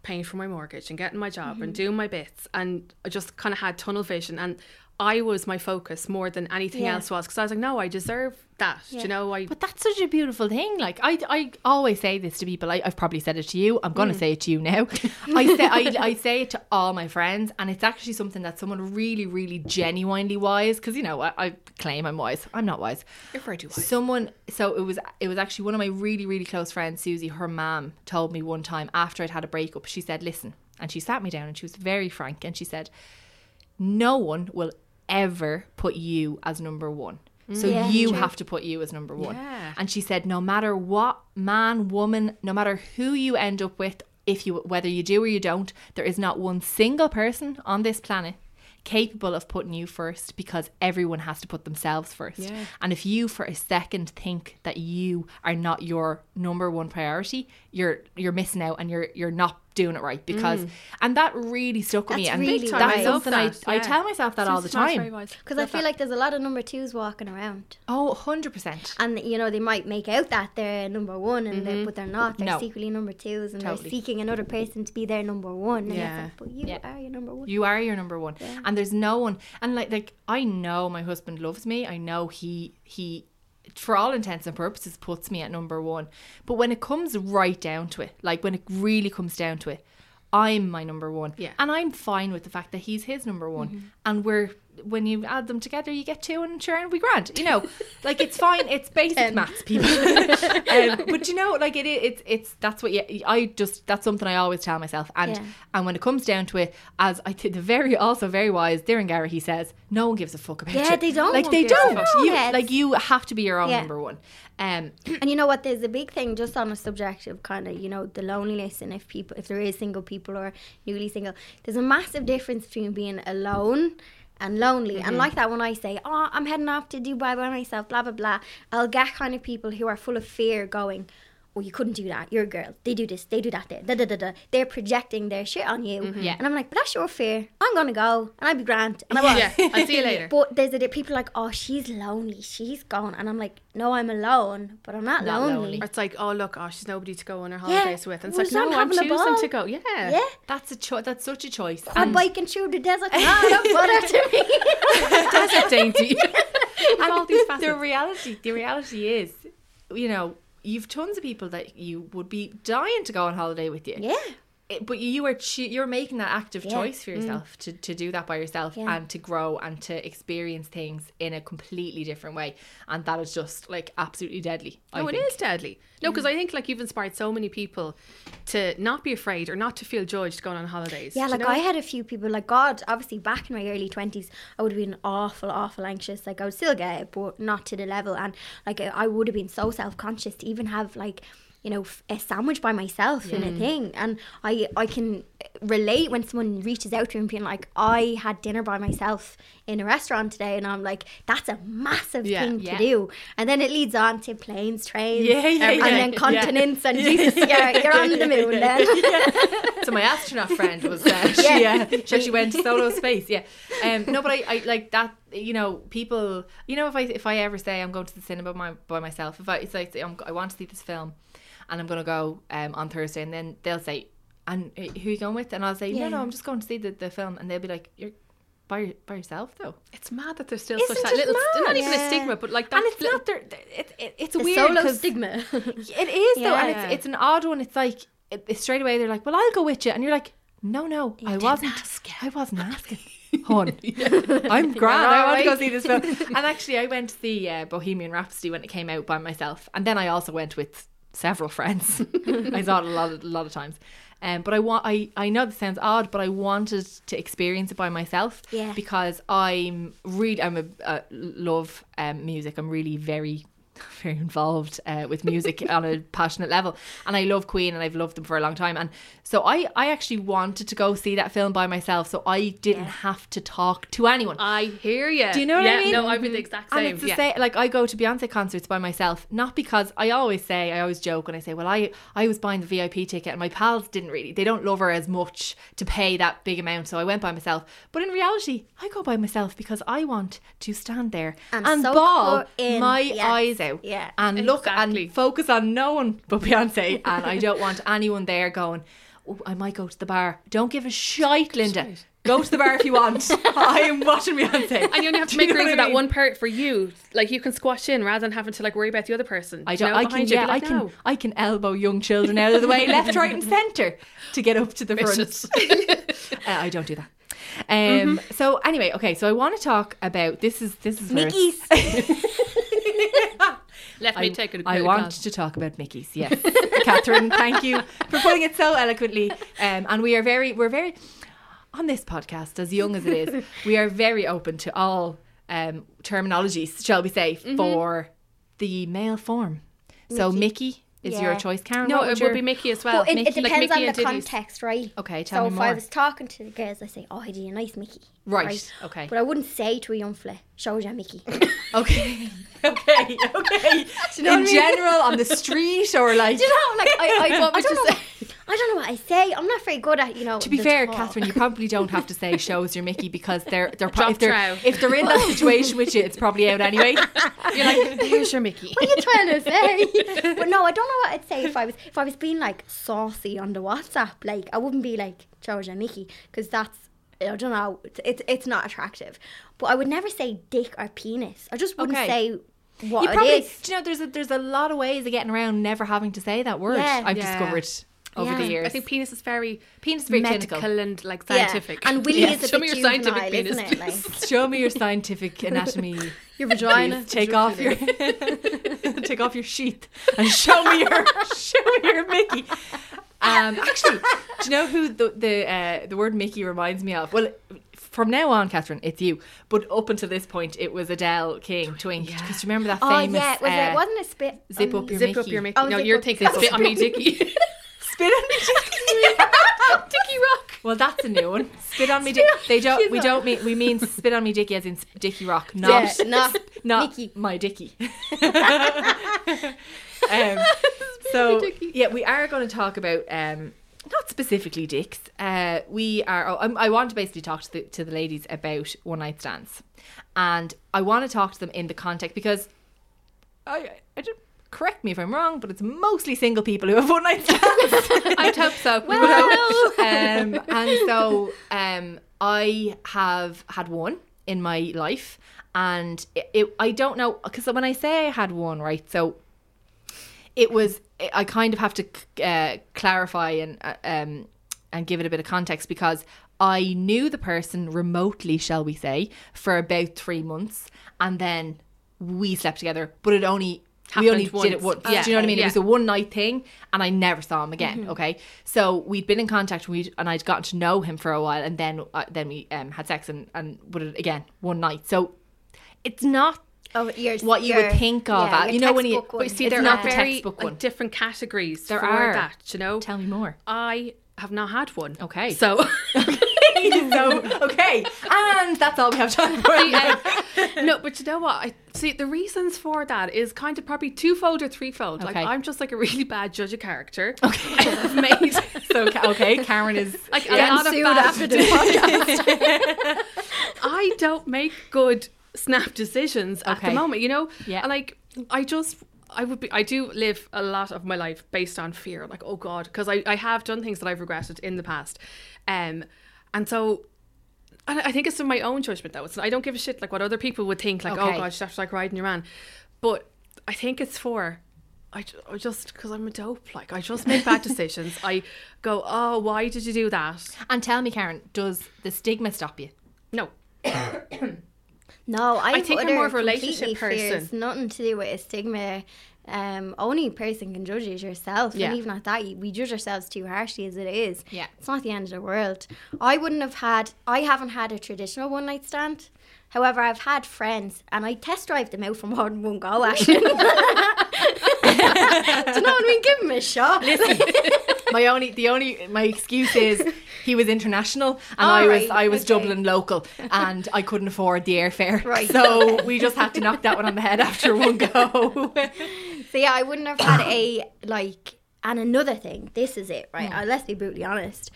Speaker 4: paying for my mortgage and getting my job
Speaker 3: Mm-hmm.
Speaker 4: and doing my bits. And I just kind of had tunnel vision. And I was my focus more than anything
Speaker 3: Yeah.
Speaker 4: else was. Because I was like, no, I deserve that. Do you know, I.
Speaker 2: But that's such a beautiful thing. Like I, I always say this to people. I, I've probably said it to you. I'm
Speaker 4: Mm.
Speaker 2: gonna say it to you now. I say, I, I say it to all my friends, and it's actually something that someone really, really genuinely wise. Because you know, I, I claim I'm wise. I'm not wise.
Speaker 4: You're very too wise.
Speaker 2: Someone, so it was, it was actually one of my really, really close friends, Susie. Her mom told me one time after I'd had a breakup. She said, "Listen," and she sat me down and she was very frank, and she said, "No one will ever put you as number one." So
Speaker 4: Mm.
Speaker 3: Yeah,
Speaker 2: you
Speaker 3: true.
Speaker 2: have to put you as number one.
Speaker 4: Yeah.
Speaker 2: And she said, no matter what man, woman, no matter who you end up with, if you whether you do or you don't, there is not one single person on this planet capable of putting you first because everyone has to put themselves first. And if you for a second think that you are not your number one priority, you're you're missing out and you're you're not doing it right because and that really stuck with me
Speaker 3: Mm. That's
Speaker 2: and
Speaker 3: really
Speaker 2: that's
Speaker 3: Big time. I
Speaker 4: love
Speaker 2: something I,
Speaker 4: that,
Speaker 2: I
Speaker 4: yeah.
Speaker 2: tell myself that all the
Speaker 4: Susan Smart's very
Speaker 2: time.
Speaker 4: wise.
Speaker 3: because I
Speaker 4: Love
Speaker 3: feel
Speaker 4: that.
Speaker 3: like there's a lot of number twos walking around
Speaker 2: Oh, 100%.
Speaker 3: and you know they might make out that they're number one and they're, but they're not they're
Speaker 2: Mm-hmm. No.
Speaker 3: secretly number twos and
Speaker 2: Totally.
Speaker 3: they're seeking another person to be their number one and it's
Speaker 4: Yeah.
Speaker 3: like, but you are your number one
Speaker 2: You are your number one, and there's no one. And like, like I know my husband loves me. I know he he, for all intents and purposes, puts me at number one. But when it comes right down to it, like when it really comes down to it, I'm my number one.
Speaker 4: Yeah.
Speaker 2: and I'm fine with the fact that he's his number one.
Speaker 3: Mm-hmm.
Speaker 2: And we're when you add them together, you get two, and sure, and we grand. You know, like it's fine. It's basic maths, people. um, but you know, like it, i- it's it's that's what you, I just that's something I always tell myself. And
Speaker 3: Yeah.
Speaker 2: and when it comes down to it, as I think the very also very wise Deringara, he says, no one gives a fuck about you.
Speaker 3: Yeah, they don't.
Speaker 2: Like they
Speaker 3: They don't.
Speaker 2: don't. You,
Speaker 3: Yeah, it's-
Speaker 2: like you have to be your own
Speaker 3: Yeah.
Speaker 2: number one. Um,
Speaker 3: and you know what there's a big thing just on a subject of kind of you know the loneliness and if people if there is single people or newly single there's a massive difference between being alone and lonely
Speaker 4: Mm-hmm.
Speaker 3: and like that when i say oh i'm heading off to dubai by myself blah blah blah i'll get kind of people who are full of fear going Oh, you couldn't do that. You're a girl. They do this. They do that. There. Da, da, da, da. They're projecting their shit on you.
Speaker 4: Mm-hmm.
Speaker 2: Yeah.
Speaker 3: And I'm like, but that's your fear. I'm gonna go, and I'll be grand. And I was.
Speaker 4: Yeah, I'll see you later.
Speaker 3: But there's a di- people are like, oh, she's lonely, she's gone, and I'm like, no, I'm alone, but I'm not,
Speaker 2: Not
Speaker 3: lonely.
Speaker 2: lonely.
Speaker 4: Or it's like, oh look, oh, she's nobody to go on her holidays with. And it's
Speaker 3: well,
Speaker 4: like,
Speaker 3: I'm
Speaker 4: no, I'm
Speaker 3: having a
Speaker 4: choosing
Speaker 3: ball.
Speaker 4: to go. Yeah.
Speaker 3: Yeah,
Speaker 2: that's a cho- that's such a choice.
Speaker 3: I'm
Speaker 2: And-
Speaker 3: biking through the desert. Ah, don't bother to me.
Speaker 4: Desert dainty.
Speaker 2: and
Speaker 4: all
Speaker 2: the
Speaker 4: these facets.
Speaker 2: reality the reality is you know you've tons of people that you would be dying to go on holiday with you
Speaker 3: Yeah.
Speaker 2: it- but you are choo- you're making that active
Speaker 3: Yeah.
Speaker 2: choice for
Speaker 4: Mm.
Speaker 2: yourself to, to do that by yourself
Speaker 3: Yeah.
Speaker 2: and to grow and to experience things in a completely different way and that is just like absolutely deadly I
Speaker 4: No, it
Speaker 2: think.
Speaker 4: is deadly. No, because I think like you've inspired so many people to not be afraid or not to feel judged going on holidays.
Speaker 3: Yeah,
Speaker 4: Do
Speaker 3: like
Speaker 4: you know?
Speaker 3: I had a few people, like God, obviously back in my early 20s, I would have been awful, awful anxious. Like I would still get it, but not to the level. And like I- I would have been so self conscious to even have like, you know, f- a sandwich by myself in a thing. And I, I can relate when someone reaches out to me and being like, I had dinner by myself in a restaurant today. And I'm like, that's a massive
Speaker 4: Yeah.
Speaker 3: thing
Speaker 2: Yeah.
Speaker 3: to do. And then it leads on to planes, trains,
Speaker 2: Yeah, yeah,
Speaker 3: and
Speaker 2: yeah.
Speaker 3: then
Speaker 2: Yeah.
Speaker 3: continents. And Jesus, yeah, you're on the moon then.
Speaker 2: So my astronaut friend was uh, she,
Speaker 3: Yeah.
Speaker 2: yeah. she actually went solo space. Yeah, um, no, but I, I like that. You know, people. You know, if I if I ever say I'm going to the cinema by, by myself, if I it's like I'm, I want to see this film, and I'm gonna go um, on Thursday, and then they'll say, "And uh, who you going with?" And I'll say, "No, no,
Speaker 3: Yeah.
Speaker 2: I'm just going to see the, the film," and they'll be like, "You're by your- by yourself though,"
Speaker 4: It's mad that there's still
Speaker 2: Isn't
Speaker 4: such that
Speaker 2: it
Speaker 4: little st- not
Speaker 2: mad?
Speaker 4: even
Speaker 3: Yeah.
Speaker 4: a stigma, but like that
Speaker 2: and it's
Speaker 4: little-
Speaker 2: not their. It, it, it's
Speaker 3: The
Speaker 2: weird
Speaker 3: solo
Speaker 2: 'cause-
Speaker 3: stigma.
Speaker 2: It is though, and
Speaker 4: Yeah.
Speaker 2: it's it's an odd one. It's like it, it's straight away they're like, "Well, I'll go with you," and you're like, "No, no, I wasn't. I wasn't asking." Hon, I'm grand. I want to go see this film. And actually, I went to see uh, Bohemian Rhapsody when it came out by myself, and then I also went with several friends. I saw it a lot, of, a lot of times. Um, but I want, I, I know this sounds odd, but I wanted to experience it by myself
Speaker 3: Yeah.
Speaker 2: because I'm really, I'm a, uh love um, music. I'm really very very involved uh, with music on a passionate level and I love Queen and I've loved them for a long time and so I I actually wanted to go see that film by myself so I didn't have to talk to anyone
Speaker 4: I hear you.
Speaker 2: do you know what
Speaker 4: yeah,
Speaker 2: I mean?
Speaker 4: No, I've been the exact
Speaker 2: And
Speaker 4: same.
Speaker 2: it's the
Speaker 4: yeah.
Speaker 2: same. Like I go to Beyonce concerts by myself, not because I always say I always joke when I say, "Well, I I was buying the VIP ticket, and my pals didn't really. They don't love her as much to pay that big amount, so I went by myself." But in reality, I go by myself because I want to stand there
Speaker 3: And
Speaker 2: and
Speaker 3: soak
Speaker 2: ball
Speaker 3: her in.
Speaker 2: my
Speaker 3: Yes.
Speaker 2: eyes out,
Speaker 3: Yeah.
Speaker 2: and look
Speaker 4: Exactly.
Speaker 2: and focus on no one but Beyonce, and I don't want anyone there going. Oh, I might go to the bar. Don't give a shite, Linda.
Speaker 4: Shite.
Speaker 2: Go to the bar if you want. I am watching Beyonce.
Speaker 4: And you only have to
Speaker 2: Do
Speaker 4: make
Speaker 2: know
Speaker 4: room
Speaker 2: what
Speaker 4: for
Speaker 2: I
Speaker 4: that
Speaker 2: mean?
Speaker 4: one part for you. Like you can squash in rather than having to like worry about the other person.
Speaker 2: I
Speaker 4: do
Speaker 2: don't.
Speaker 4: you know,
Speaker 2: I can.
Speaker 4: behind you,
Speaker 2: Yeah,
Speaker 4: be like,
Speaker 2: I can.
Speaker 4: "No."
Speaker 2: I can elbow young children out of the way, left, right, and centre, to get up to the front.
Speaker 4: Vicious. Mm-hmm.
Speaker 2: Uh, I don't do that. Um. So anyway, okay. So I want to talk about this. Is this is where it's-
Speaker 3: Mickey's.
Speaker 4: Let
Speaker 2: I,
Speaker 4: me take it.
Speaker 2: I want to talk about Mickey's. Yes, Catherine, thank you for putting it so eloquently. Um, and we are very, we're very on this podcast, as young as it is, we are very open to all um, terminologies, shall we say, for the male form. So Mickey is your
Speaker 3: Yeah.
Speaker 2: choice, Karen.
Speaker 4: No,
Speaker 2: what
Speaker 4: it
Speaker 2: your-
Speaker 4: would be Mickey as
Speaker 2: Oh,
Speaker 4: well.
Speaker 3: Well, it, it
Speaker 4: Mickey- like
Speaker 3: depends
Speaker 4: Mickey
Speaker 3: on
Speaker 4: and
Speaker 3: the
Speaker 4: Diddy's.
Speaker 3: context, right?
Speaker 2: Okay, tell me
Speaker 3: so if
Speaker 2: more.
Speaker 3: I was talking to the girls, I say, "Oh, I did a nice Mickey."
Speaker 2: Right, okay.
Speaker 3: But I wouldn't say to a young fella, "Show you a Mickey."
Speaker 2: Okay. Okay, okay.
Speaker 3: know what I
Speaker 2: In
Speaker 3: mean?
Speaker 2: general, on the street or like.
Speaker 3: you know, like I, I,
Speaker 2: want me
Speaker 3: I
Speaker 2: to
Speaker 3: don't know. I don't know what I say. I'm not very good at you know.
Speaker 2: To be
Speaker 3: the
Speaker 2: fair,
Speaker 3: talk.
Speaker 2: Catherine, you probably don't have to say shows your Mickey because they're they're pro-
Speaker 4: Drop
Speaker 2: if they're
Speaker 4: trow.
Speaker 2: if they're in that situation with you, it's probably out anyway.
Speaker 4: You're like, here's your Mickey.
Speaker 3: What are you trying to say? but no, I don't know what I'd say if I was if I was being like saucy on the WhatsApp. Like I wouldn't be like George and Mickey because that's I don't know. It's, it's it's not attractive. But I would never say dick or penis. I just wouldn't
Speaker 2: Okay.
Speaker 3: say
Speaker 4: Oh,
Speaker 3: what
Speaker 2: you
Speaker 3: it
Speaker 2: probably
Speaker 3: is.
Speaker 2: do you know there's a there's a lot of ways of getting around never having to say that word.
Speaker 3: Yeah.
Speaker 2: I've
Speaker 4: Yeah.
Speaker 2: discovered over the
Speaker 3: Yeah.
Speaker 2: years.
Speaker 4: I think penis is very
Speaker 2: penis is very
Speaker 4: medical
Speaker 2: clinical.
Speaker 4: and like scientific.
Speaker 3: Yeah. And Willie
Speaker 4: Yeah.
Speaker 3: is a
Speaker 4: Show me
Speaker 3: bit
Speaker 4: your scientific
Speaker 3: juvenile,
Speaker 4: penis.
Speaker 3: isn't it? Like,
Speaker 2: Show me your scientific anatomy.
Speaker 4: Your
Speaker 2: Please take off your take off your sheath and show me your show me your Mickey. Um, actually, do you know who the the uh, the word Mickey reminds me of? Well, from now on, Catherine, it's you. But up until this point, it was Adele King Twink. Because you remember that
Speaker 3: oh
Speaker 2: famous
Speaker 3: yeah, it was
Speaker 2: uh,
Speaker 3: it wasn't a spit.
Speaker 2: zip
Speaker 3: on
Speaker 2: up
Speaker 3: me.
Speaker 2: your
Speaker 4: Zip
Speaker 2: Mickey.
Speaker 4: up your Mickey.
Speaker 3: Oh,
Speaker 4: no,
Speaker 3: zip
Speaker 4: you're
Speaker 3: up-
Speaker 4: thinking
Speaker 3: zip
Speaker 4: spit
Speaker 3: up.
Speaker 4: on me, Dickie.
Speaker 2: spit on me, Dickie.
Speaker 4: Dickie Rock.
Speaker 2: Well, that's a new one. Spit on me, Dick. They don't. We don't mean. We mean spit on me, Dickie, as in s- Dickie Rock, not
Speaker 3: Yeah, not
Speaker 2: not
Speaker 3: Mickey.
Speaker 2: my Dickie. um, so yeah, we are going to talk about um, not specifically dicks. Uh, we are. Oh, I'm- I want to basically talk to the to the ladies about one night stands, and I want to talk to them in the context because I, I, I don't, correct me if I'm wrong, but it's mostly single people who have one night stands.
Speaker 4: I'd hope so.
Speaker 2: um, and so um, I have had one in my life, and it, it, I don't know because when I say I had one, right? So it was I kind of have to uh, clarify and uh, um, and give it a bit of context because I knew the person remotely, shall we say, for about three months, and then we slept together, but it only we
Speaker 4: Happened
Speaker 2: only did it once.
Speaker 4: once.
Speaker 2: Do you know what I mean? It
Speaker 4: Yeah. Mm-hmm.
Speaker 2: was a one night thing, and I never saw him again. Okay, so we'd been in contact, and, we'd, and I'd gotten to know him for a while, and then uh, then we um, had sex, and and but it, again one night. So it's not
Speaker 3: Of your,
Speaker 2: what you would
Speaker 3: your-
Speaker 2: think of
Speaker 3: Oh, yeah,
Speaker 2: at-
Speaker 3: your
Speaker 2: you know when you-
Speaker 3: textbook
Speaker 2: but
Speaker 3: one.
Speaker 4: See,
Speaker 2: It's
Speaker 4: there
Speaker 2: not
Speaker 4: are
Speaker 2: the
Speaker 4: very
Speaker 2: textbook
Speaker 4: like,
Speaker 2: one.
Speaker 4: different categories
Speaker 2: There
Speaker 4: for
Speaker 2: are.
Speaker 4: that. You know,
Speaker 2: Tell me more.
Speaker 4: I have not had one.
Speaker 2: Okay.
Speaker 4: so
Speaker 2: so okay, and that's all we have time for.
Speaker 4: Um, no, but you know what? I see the reasons for that is kind of probably twofold or threefold. Like
Speaker 2: Okay.
Speaker 4: I'm just like a really bad judge of character. Okay, I've made
Speaker 2: So Ca- okay, Karen is
Speaker 4: like
Speaker 3: Getting
Speaker 4: a lot of
Speaker 3: sued
Speaker 4: bad.
Speaker 3: after this podcast.
Speaker 4: I don't make good snap decisions at the
Speaker 2: Okay.
Speaker 4: moment. You know,
Speaker 2: Yeah.
Speaker 4: And like I just. I would be. I do live a lot of my life based on fear. Like, oh God, because I, I have done things that I've regretted in the past, um, and so And I think it's in my own judgment though. It's I don't give a shit like what other people would think. Like,
Speaker 2: Okay.
Speaker 4: oh god, she's after like riding your man. But I think it's for. I, ju- I just because I'm a dope. Like I just make bad decisions. I go, oh, why did you do that?
Speaker 2: And tell me, Karen, does the stigma stop you?
Speaker 4: No,
Speaker 3: No, I, have
Speaker 4: think I'm
Speaker 3: other
Speaker 4: more of a relationship
Speaker 3: completely fears,
Speaker 4: person.
Speaker 3: nothing to do with a stigma. Um, only person can judge is yourself,
Speaker 4: Yeah.
Speaker 3: and even at that, you- we judge ourselves too harshly as it is.
Speaker 2: Yeah.
Speaker 3: it's not the end of the world. I wouldn't have had. I haven't had a traditional one night stand. However, I've had friends, and I test drive them out for more than one go. Actually, do you know what I mean? Give them a shot.
Speaker 2: My only, the only, my excuse is he was international and I was,
Speaker 3: right,
Speaker 2: I was
Speaker 3: okay.
Speaker 2: Dublin local, and I couldn't afford the airfare.
Speaker 3: Right.
Speaker 2: So we just had to knock that one on the head after one go.
Speaker 3: So yeah, I wouldn't have had a like. And another thing, this is it, right? Uh, let's be brutally honest.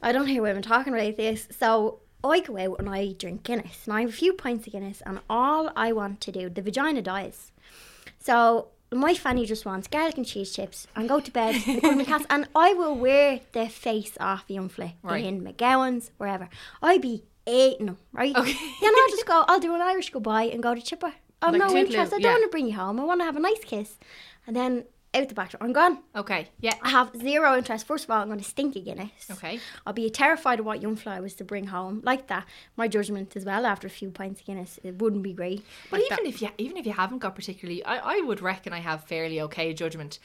Speaker 3: I don't hear women talking about this. So I go out and I drink Guinness, and I have a few pints of Guinness, and all I want to do, the vagina dies. So my fanny just wants garlic and cheese chips and go to bed and go to my cats, and I will wear the face off young flick
Speaker 2: Right.
Speaker 3: in McGowan's, wherever. I be eating them, right? Then I'll just go, I'll do an Irish goodbye and go to Chipper. I'm
Speaker 4: Like
Speaker 3: no
Speaker 4: Toodaloo,
Speaker 3: interest. I don't
Speaker 4: yeah.
Speaker 3: want to bring you home. I want to have a nice kiss. And then out the back door, I'm gone.
Speaker 2: Okay. Yeah.
Speaker 3: I have zero interest. First of all, I'm going to stink of Guinness.
Speaker 2: Okay.
Speaker 3: I'll be terrified of what young fly was to bring home. Like that. My judgment as well after a few pints of Guinness, it wouldn't be great.
Speaker 2: But even if you even if you haven't got particularly, I, I would reckon I have fairly okay judgment,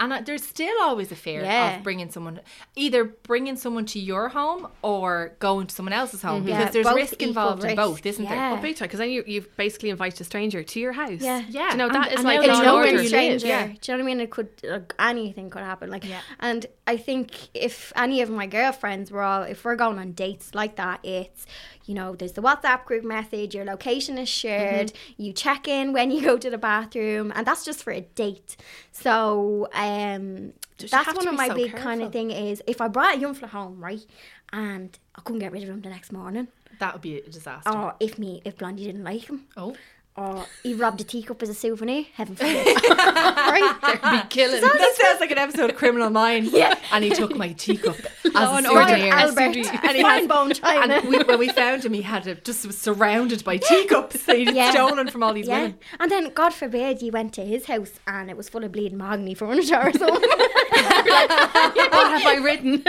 Speaker 2: and I, there's still always a fear
Speaker 3: Yeah.
Speaker 2: of bringing someone, either bringing someone to your home or going to someone else's home because
Speaker 3: Yeah,
Speaker 2: there's
Speaker 3: both
Speaker 2: risk
Speaker 3: equal
Speaker 2: involved in
Speaker 3: risk,
Speaker 2: both, isn't
Speaker 3: yeah.
Speaker 2: there?
Speaker 4: big time. Because then you you basically invite a stranger to your house.
Speaker 3: Yeah.
Speaker 2: Yeah,
Speaker 4: You know that
Speaker 2: and-
Speaker 4: is
Speaker 2: and
Speaker 4: like
Speaker 2: they
Speaker 4: law
Speaker 2: know where
Speaker 4: and order.
Speaker 2: you live.
Speaker 3: stranger.
Speaker 2: yeah.
Speaker 3: Do you know what I mean? It could like, anything could happen. Like,
Speaker 2: Yeah.
Speaker 3: and I think if any of my girlfriends were all, if we're going on dates like that, it's you know, there's the WhatsApp group message, your location is shared,
Speaker 4: Mm-hmm.
Speaker 3: you check in when you go to the bathroom, and that's just for a date. So, um,
Speaker 4: Just
Speaker 3: that's
Speaker 4: have to
Speaker 3: one of
Speaker 4: be
Speaker 3: my
Speaker 4: so
Speaker 3: big kind
Speaker 4: careful.
Speaker 3: of thing is if I brought a young fella home, right, and I couldn't get rid of him the next morning,
Speaker 2: That would be a disaster.
Speaker 3: or if me if Blondie didn't like him,
Speaker 2: Oh.
Speaker 3: or he robbed a teacup as a souvenir, heaven forbid. right? There'd be killing. So
Speaker 2: That sounds like an episode of Criminal Minds.
Speaker 3: Yeah.
Speaker 2: And he took my teacup as
Speaker 4: and
Speaker 2: a
Speaker 4: order
Speaker 2: souvenir.
Speaker 3: Albert,
Speaker 2: And he had,
Speaker 3: fine bone china.
Speaker 2: and we, when we found him, he had a, just was surrounded by teacups that he'd
Speaker 3: Yeah.
Speaker 2: stolen from all these
Speaker 3: yeah.
Speaker 2: women.
Speaker 3: And then, God forbid, you went to his house and it was full of bleeding mahogany furniture or something.
Speaker 4: What have I written?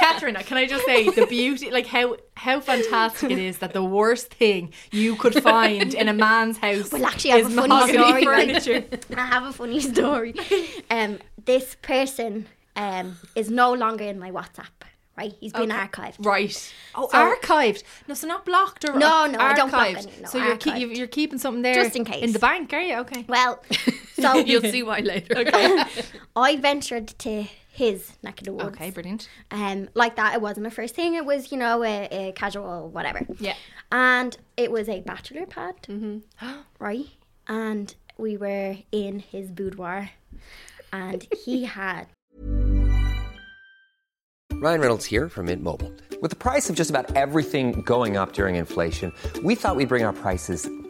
Speaker 2: Catherine, can I just say the beauty, like how how fantastic it is that the worst thing you could find in a man's house
Speaker 3: Well, actually, I have
Speaker 2: is
Speaker 3: a funny
Speaker 2: mahogany
Speaker 3: story, like-
Speaker 2: furniture.
Speaker 3: I have a funny story. Um, this person um, is no longer in my WhatsApp, right? He's been archived.
Speaker 2: Right. Oh,
Speaker 3: So-
Speaker 2: archived. No, so not blocked or
Speaker 3: No, no, I don't block
Speaker 2: archived.
Speaker 3: any, no,
Speaker 2: so you're, keep,
Speaker 3: archived.
Speaker 2: you're keeping something there
Speaker 3: Just in case.
Speaker 2: in the bank, are you? Okay.
Speaker 3: Well, so
Speaker 4: You'll see why later. Okay.
Speaker 3: I ventured to his neck of the woods.
Speaker 2: Okay, brilliant.
Speaker 3: um, like that. It wasn't a first thing. It was, you know, a, a casual whatever.
Speaker 2: Yeah.
Speaker 3: And it was a bachelor pad, mm-hmm. right? And we were in his boudoir, and he had
Speaker 6: Ryan Reynolds here from Mint Mobile. With the price of just about everything going up during inflation, we thought we'd bring our prices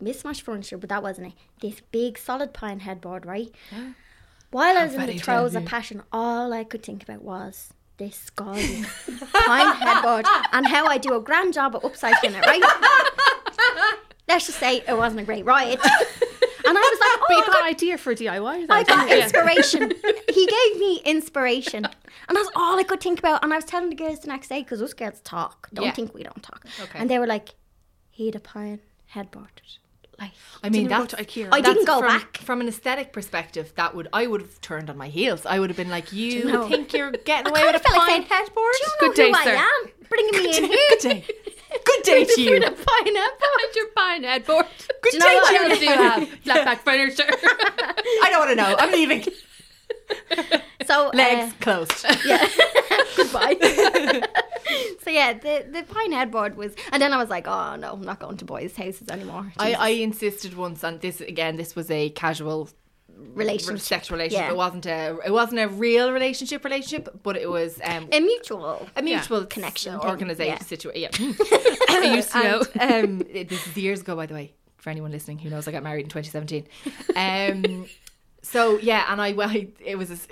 Speaker 3: mismatched furniture, but that wasn't it. This big solid pine headboard, right? While I was in the throes of passion, all I could think about was this golden pine headboard and how I do a grand job at upcycling it, right? Let's just say it wasn't a great ride. And I was like, oh,
Speaker 4: But you
Speaker 3: I got
Speaker 4: got an idea for a DIY. Though,
Speaker 3: I got
Speaker 4: didn't you?
Speaker 3: inspiration. he gave me inspiration. And that's all I could think about. And I was telling the girls the next day, because us girls talk. Don't
Speaker 2: Yeah.
Speaker 3: think we don't talk. And they were like, he had a pine headboard. Like,
Speaker 2: I mean,
Speaker 4: Didn't go
Speaker 2: that's
Speaker 4: to IKEA.
Speaker 3: I didn't
Speaker 2: that's
Speaker 3: go
Speaker 2: from,
Speaker 3: back.
Speaker 2: From an aesthetic perspective, that would I would have turned on my heels. I would have been like, "You
Speaker 3: know-
Speaker 2: think you're getting
Speaker 3: I
Speaker 2: away
Speaker 3: kinda
Speaker 2: with a
Speaker 3: felt like
Speaker 2: pine
Speaker 3: saying,
Speaker 2: headboard?
Speaker 3: Do you
Speaker 4: Good
Speaker 3: know
Speaker 4: day,
Speaker 3: who
Speaker 4: sir.
Speaker 3: I am? Bringing me in here.
Speaker 2: Good day. Good day to you.
Speaker 4: Find your pine headboard.
Speaker 2: Good
Speaker 3: you know
Speaker 2: day
Speaker 3: what?
Speaker 2: to you.
Speaker 4: Do you have flat back furniture?
Speaker 2: uh, I don't want to know. I'm leaving.
Speaker 3: So, uh,
Speaker 2: Legs closed.
Speaker 3: so yeah, the, the pine headboard was. And then I was like, oh no, I'm not going to boys' houses anymore.
Speaker 2: I, I insisted once on this again. This was a casual
Speaker 3: relationship.
Speaker 2: sexual relationship.
Speaker 3: Yeah.
Speaker 2: It wasn't a it wasn't a real relationship relationship, but it was um,
Speaker 3: A mutual.
Speaker 2: a mutual
Speaker 3: connection thing,
Speaker 2: organization
Speaker 3: yeah.
Speaker 2: situation. Yeah. I used to know. Um, this is years ago, by the way, for anyone listening who knows I got married in 2017. Um, so yeah, and I well, I- it was a s-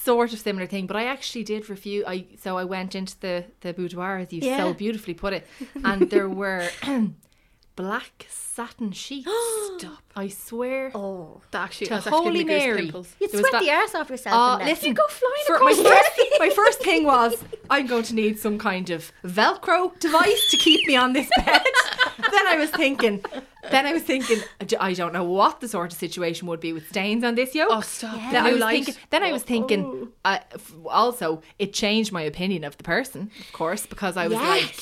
Speaker 2: sort of similar thing, but I actually did refuse. I so I went into the the boudoir as you
Speaker 3: Yeah.
Speaker 2: so beautifully put it, and there were. Black satin sheets. Stop! I swear.
Speaker 3: Oh.
Speaker 4: That actually,
Speaker 2: to
Speaker 4: that's actually
Speaker 2: Holy
Speaker 4: giving me goose
Speaker 2: Mary.
Speaker 4: pimples.
Speaker 3: You'd
Speaker 2: There was
Speaker 3: sweat
Speaker 2: that-
Speaker 3: the arse off yourself.
Speaker 2: Oh,
Speaker 3: in that.
Speaker 2: listen,
Speaker 3: You'd go flying
Speaker 2: for-
Speaker 3: across
Speaker 2: my
Speaker 3: the
Speaker 2: first, my first thing was I'm going to need some kind of Velcro device to keep me on this bed. then I was thinking, then I was thinking, "D- I don't know what the sort of situation would be with stains on this yoke.
Speaker 4: Oh, stop.
Speaker 2: Then I
Speaker 4: Blue
Speaker 2: was
Speaker 4: light.
Speaker 2: thinking. Then I was thinking. Uh, f- also, it changed my opinion of the person, of course, because I was
Speaker 3: Yes.
Speaker 2: like,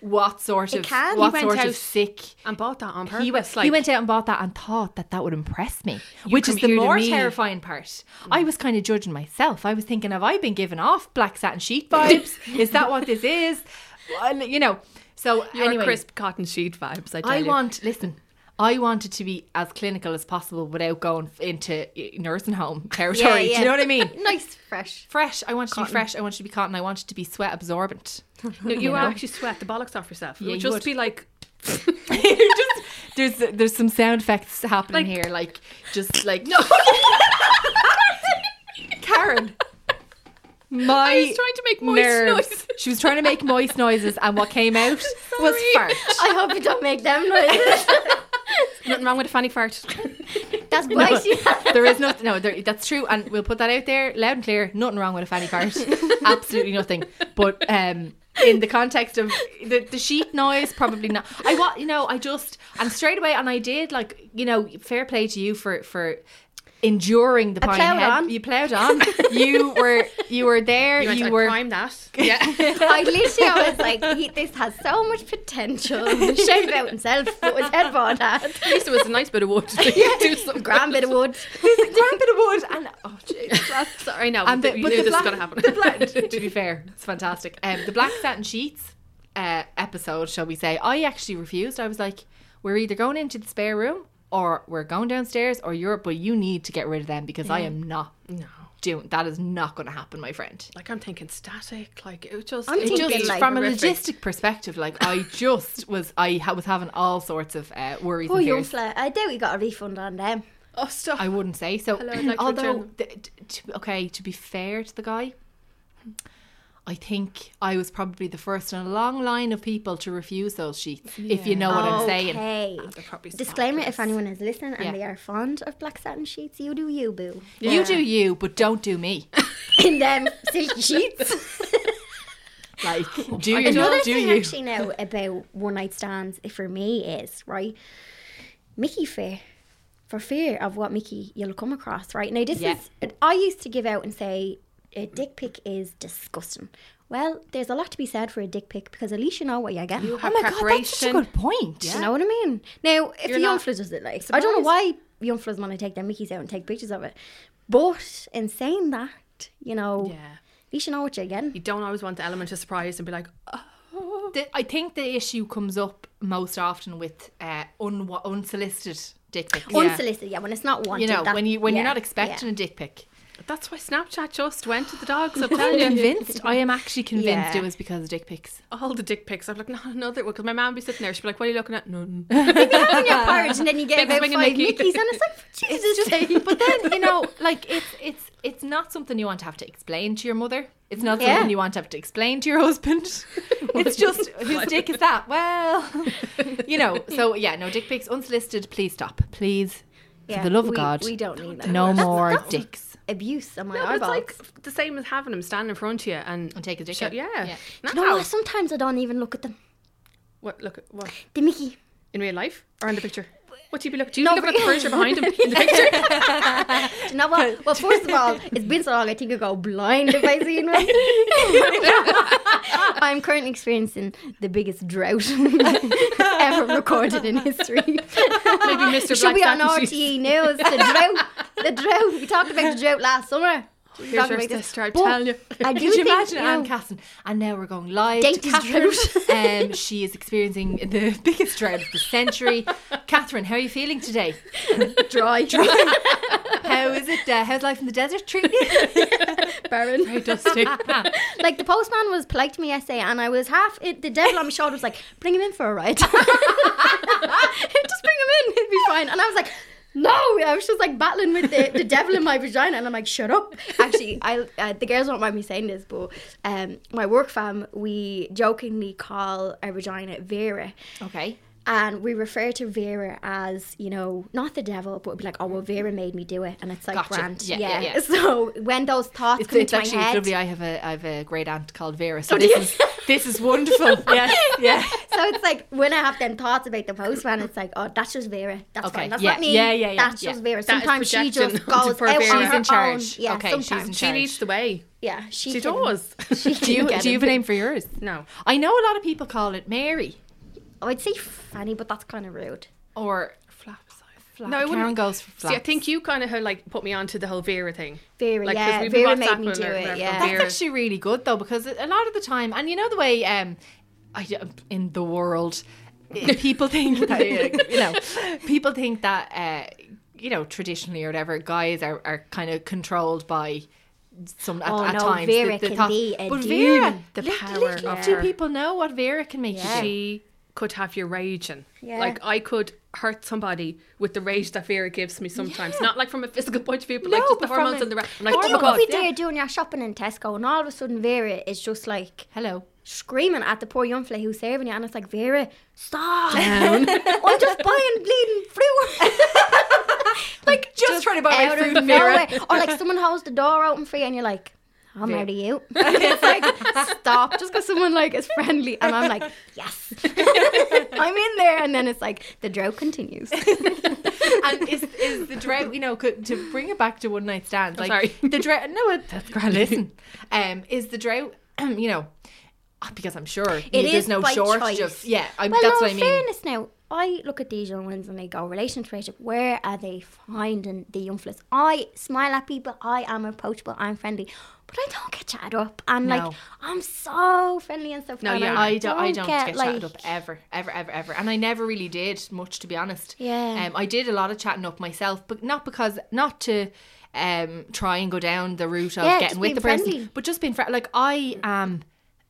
Speaker 2: what sort of
Speaker 3: can.
Speaker 2: what
Speaker 4: He went
Speaker 2: sort of
Speaker 4: out
Speaker 2: sick.
Speaker 4: And bought that on purpose.
Speaker 2: He went,
Speaker 4: like,
Speaker 2: he went out and bought that and thought that that would impress me, which is the
Speaker 4: computed
Speaker 2: more
Speaker 4: me.
Speaker 2: terrifying part. I was kind of judging myself. I was thinking, have I been giving off black satin sheet vibes? is that what this is? Well, you know, so
Speaker 4: Your
Speaker 2: anyway,
Speaker 4: crisp cotton sheet vibes. I, tell
Speaker 2: I
Speaker 4: you.
Speaker 2: want listen. I wanted to be as clinical as possible without going into uh, nursing home territory. Do
Speaker 3: yeah.
Speaker 2: you know what I mean?
Speaker 3: Nice, fresh.
Speaker 2: Fresh. I wanted to be fresh. I wanted to be cotton. I wanted to be sweat absorbent.
Speaker 4: No, you would actually sweat the bollocks off yourself. It
Speaker 2: Yeah,
Speaker 4: would
Speaker 2: you
Speaker 4: just
Speaker 2: would.
Speaker 4: be like
Speaker 2: Just- there's there's some sound effects happening
Speaker 4: Like-
Speaker 2: here, like just like no, Karen. My
Speaker 4: I was trying to make moist
Speaker 2: nerves.
Speaker 4: noises.
Speaker 2: She was trying to make moist noises, and what came out was fart.
Speaker 3: I hope you don't make them noises.
Speaker 4: nothing wrong with a fanny fart.
Speaker 3: That's why she
Speaker 2: There is nothing. No, there, that's true, and we'll put that out there loud and clear. Nothing wrong with a fanny fart. Absolutely nothing. But um, in the context of the, the sheet noise, probably not. I want you know. I just and straight away, and I did like you know. Fair play to you for for enduring the pine
Speaker 3: plowed
Speaker 2: head.
Speaker 3: on.
Speaker 2: You plowed on. you were you were there.
Speaker 4: You,
Speaker 2: You,
Speaker 4: went, "I'd
Speaker 2: were.
Speaker 4: prime that. Yeah.
Speaker 3: I literally I was like, he, this has so much potential. Shout about himself, what his headboard had.
Speaker 4: At least it was a nice bit of wood. yeah. Do some
Speaker 3: Grand bit of wood.
Speaker 2: Grand bit of wood and oh jeez.
Speaker 4: Sorry, no.
Speaker 2: And the,
Speaker 4: we
Speaker 2: but
Speaker 4: knew
Speaker 2: the
Speaker 4: this
Speaker 2: black,
Speaker 4: was going to happen.
Speaker 2: the black- to be fair, it's fantastic. Um, the black satin sheets uh, episode, shall we say? I actually refused. I was like, we're either going into the spare room or we're going downstairs or you're, but you need to get rid of them because I am not. No. Doing that is not going to happen, my friend.
Speaker 4: like I'm thinking static. Like it just.
Speaker 3: I'm
Speaker 4: it
Speaker 3: thinking,
Speaker 4: just
Speaker 2: Just
Speaker 3: like,
Speaker 2: from a
Speaker 4: horrific.
Speaker 2: logistic perspective, like I just was, I ha- was having all sorts of uh, worries.
Speaker 3: Poor
Speaker 2: and
Speaker 3: young
Speaker 2: fears.
Speaker 3: flat. I doubt we got a refund on them.
Speaker 4: Oh stop.
Speaker 2: I wouldn't say so.
Speaker 4: Hello, I'd like to
Speaker 2: although,
Speaker 4: return.
Speaker 2: th- t- to- okay, to be fair to the guy, I think I was probably the first in a long line of people to refuse those sheets. If you know what
Speaker 4: Oh,
Speaker 2: I'm saying.
Speaker 3: Okay.
Speaker 4: probably
Speaker 3: Disclaimer if anyone is listening and
Speaker 2: Yeah.
Speaker 3: they are fond of black satin sheets, you do you, boo.
Speaker 2: You do you, but don't do me.
Speaker 3: In them silky sheets.
Speaker 2: Like, do you?
Speaker 3: Another
Speaker 2: do
Speaker 3: thing
Speaker 2: you?
Speaker 3: actually now about one night stands for me is, right? Mickey fear. For fear of what Mickey you'll come across, right? Now this
Speaker 2: Yeah.
Speaker 3: is I used to give out and say a dick pic is disgusting. Well, there's a lot to be said for a dick pic because at least you know what you're getting.
Speaker 4: You
Speaker 2: Oh
Speaker 4: have
Speaker 2: my god, that's such a
Speaker 4: preparation.
Speaker 2: good point.
Speaker 3: Do you know what I mean? Now, if
Speaker 4: You're
Speaker 3: the young
Speaker 4: not
Speaker 3: fellas does it, like, I don't know why young fellas want to take their mickeys out and take pictures of it. But in saying that, you know,
Speaker 4: Yeah.
Speaker 3: at least you know what you're getting.
Speaker 4: You don't always want the element of surprise and be like, "Oh,
Speaker 2: The, I think the issue comes up most often with uh, unwa unsolicited dick pics.
Speaker 3: Unsolicited, yeah, when it's not wanted.
Speaker 2: You know,
Speaker 3: that-
Speaker 2: when you when you're
Speaker 3: yeah,
Speaker 2: not expecting a dick pic.
Speaker 4: That's why Snapchat just went to the dogs. I'm
Speaker 2: I'm
Speaker 4: telling you.
Speaker 2: convinced. I am actually convinced
Speaker 3: Yeah.
Speaker 2: it was because of dick pics.
Speaker 4: All the dick pics. I'm like, no, another one. Because my mum be sitting there. She'd be like, what are you looking at? None.
Speaker 3: yeah. in your porridge and then you get
Speaker 4: Big
Speaker 3: about
Speaker 4: swing
Speaker 3: five
Speaker 4: of Mickey.
Speaker 3: mickeys and it's like, for Jesus sake.
Speaker 2: But then you know, like it's it's it's not something you want to have to explain to your mother. It's not
Speaker 3: Yeah.
Speaker 2: something you want to have to explain to your husband. It's just whose dick is that? Well, you know. So yeah, no dick pics unsolicited. Please stop, please.
Speaker 3: Yeah,
Speaker 2: for the love
Speaker 3: we-
Speaker 2: of God,
Speaker 3: we don't need that.
Speaker 2: No
Speaker 3: That's-
Speaker 2: more
Speaker 3: that's-
Speaker 2: dicks.
Speaker 3: Abuse on my
Speaker 4: No, but it's
Speaker 3: eyeballs.
Speaker 4: like the same as having him stand in front of you and,
Speaker 2: And take his dick
Speaker 4: Shut-
Speaker 2: out.
Speaker 4: Yeah.
Speaker 2: Yeah.
Speaker 4: No.
Speaker 3: you know what? Sometimes I don't even look at them.
Speaker 4: What? Look at what
Speaker 3: The Mickey.
Speaker 4: in real life or in the picture? What do you be looking? Do you
Speaker 3: No,
Speaker 4: be looking at
Speaker 3: but-
Speaker 4: the furniture behind him in the picture?
Speaker 3: Do you know what? Well, first of all, it's been so long, I think I go blind if I see one. I'm currently experiencing the biggest drought ever recorded in history.
Speaker 4: Maybe Mr.
Speaker 3: Should
Speaker 4: Black
Speaker 3: be on
Speaker 4: Satin shoes.
Speaker 3: RTE News. The drought. The drought. We talked about the drought last summer. We
Speaker 4: Here's
Speaker 3: talked
Speaker 4: your
Speaker 3: about this.
Speaker 4: sister. I'm
Speaker 3: But
Speaker 4: telling you.
Speaker 3: I do
Speaker 2: Could you
Speaker 3: think,
Speaker 2: imagine
Speaker 3: you know,
Speaker 2: Anne Casson? And now we're going live
Speaker 3: Date
Speaker 2: to
Speaker 3: is
Speaker 2: Catherine.
Speaker 3: drought.
Speaker 2: um, she is experiencing the biggest drought of the century. Catherine, how are you feeling today?
Speaker 3: dry, dry,
Speaker 2: How is it? Uh, how's life in the desert treating you?
Speaker 3: barren.
Speaker 2: Dusty.
Speaker 3: Like the postman was polite to me yesterday, and I was half it, the devil on my shoulder was like, "Bring him in for a ride. Just bring him in; he'll be fine." And I was like. No, I was just like battling with the, the devil in my vagina, and I'm like, shut up. Actually, I uh, the girls won't mind me saying this, but um, my work fam, we jokingly call our vagina Vera,
Speaker 2: okay.
Speaker 3: and we refer to Vera as, you know, not the devil, but we'd be like, oh, well, Vera made me do it, and it's like
Speaker 2: Gotcha.
Speaker 3: grand,
Speaker 2: Yeah, yeah, yeah.
Speaker 3: So when those thoughts
Speaker 2: It's,
Speaker 3: come
Speaker 2: it's
Speaker 3: into
Speaker 2: actually
Speaker 3: my
Speaker 2: it's
Speaker 3: head,
Speaker 2: lovely. I have a I have a great aunt called Vera. So this is this is wonderful. yes. Yeah.
Speaker 3: So it's like when I have them thoughts about the postman, it's like, oh, that's just Vera. That's
Speaker 2: Okay,
Speaker 3: fine. That's
Speaker 2: yeah,
Speaker 3: not me.
Speaker 2: yeah, yeah, yeah,
Speaker 3: That's
Speaker 2: yeah.
Speaker 3: just
Speaker 4: That
Speaker 3: Vera.
Speaker 4: is
Speaker 3: Sometimes she
Speaker 4: projection
Speaker 3: just goes
Speaker 4: for
Speaker 3: out
Speaker 4: Vera.
Speaker 3: on
Speaker 4: She's
Speaker 3: her
Speaker 2: in charge.
Speaker 3: own. Yeah,
Speaker 2: Okay, she's
Speaker 3: sometimes.
Speaker 2: in
Speaker 4: She leads the way.
Speaker 3: Yeah, she,
Speaker 4: She
Speaker 3: can-
Speaker 4: does.
Speaker 2: Do you
Speaker 3: get
Speaker 2: do you
Speaker 3: it.
Speaker 2: have a name for yours?
Speaker 4: No.
Speaker 2: I know a lot of people call it Mary
Speaker 3: Oh, I'd say Fanny, but that's kind of rude.
Speaker 2: or
Speaker 4: Flaps.
Speaker 2: Flap. No, Oh, Karen goes for Flaps.
Speaker 4: See, I think you kind of like put me onto the whole Vera thing.
Speaker 3: Vera,
Speaker 4: 'cause
Speaker 3: yeah,
Speaker 4: we've been
Speaker 3: Vera made
Speaker 4: WhatsApping
Speaker 3: me do
Speaker 4: her
Speaker 3: it,
Speaker 4: from
Speaker 3: yeah.
Speaker 2: That's
Speaker 4: Vera.
Speaker 2: actually really good though, because a lot of the time, and you know the way um, I, in the world, i- people think that eh, you know, people think that uh, you know traditionally or whatever, guys are, are kind of controlled by some at,
Speaker 3: Oh,
Speaker 2: at
Speaker 3: no,
Speaker 2: times.
Speaker 3: Vera can be a
Speaker 2: but
Speaker 3: demon.
Speaker 2: Vera,
Speaker 4: The
Speaker 2: lit-
Speaker 4: power
Speaker 2: little
Speaker 4: of
Speaker 2: do
Speaker 4: her.
Speaker 2: people know what Vera can make you do.
Speaker 4: she could have your rage and
Speaker 3: Yeah.
Speaker 4: like I could hurt somebody with the rage that Vera gives me sometimes. Not like from a physical point of view, but like
Speaker 2: No,
Speaker 4: just the
Speaker 2: but from
Speaker 4: hormones
Speaker 2: a-
Speaker 4: and the rest. I'm
Speaker 3: Like,
Speaker 4: like, oh
Speaker 3: you
Speaker 4: my
Speaker 3: could
Speaker 4: god.
Speaker 3: be there doing your shopping in Tesco, and all of a sudden Vera is just like
Speaker 2: Hello.
Speaker 3: screaming at the poor young fella who's serving you, and it's like Vera, stop! I'm just buying bleeding fruit.
Speaker 2: Like just, trying to buy my
Speaker 3: out
Speaker 2: food,
Speaker 3: of
Speaker 2: Vera.
Speaker 3: nowhere. Or like someone holds the door open for you and you're like, I'm out of you. it's like, stop. Just because someone like is friendly. And I'm like, yes. I'm in there. And then it's like, the drought continues.
Speaker 2: and is, is the drought, you know, could, to bring it back to one night stands, like
Speaker 4: sorry.
Speaker 2: the drought. No, it- that's grand. Listen, um, is the drought, you know, ah, because I'm sure
Speaker 3: It
Speaker 2: there's
Speaker 3: is
Speaker 2: no
Speaker 3: by
Speaker 2: shortage
Speaker 3: choice.
Speaker 2: of yeah. I,
Speaker 3: well,
Speaker 2: that's
Speaker 3: no,
Speaker 2: what I
Speaker 3: in
Speaker 2: mean.
Speaker 3: fairness now, I look at these young ones and they go, relationship, relationship, where are they finding the young fellas? I smile at people, I am approachable, I'm friendly. But I don't get chatted up. And like,
Speaker 2: No.
Speaker 3: I'm so friendly and stuff.
Speaker 4: No,
Speaker 3: and
Speaker 4: yeah.
Speaker 2: I don't, I don't get,
Speaker 3: like-
Speaker 2: chatted up ever, ever, ever, ever, and I never really did much, to be honest.
Speaker 3: Yeah.
Speaker 2: Um, I did a lot of chatting up myself, but not because not to um try and go down the route of
Speaker 3: Yeah,
Speaker 2: getting
Speaker 3: just
Speaker 2: with the
Speaker 3: being
Speaker 2: person,
Speaker 3: friendly.
Speaker 2: but just being friendly. Like I am,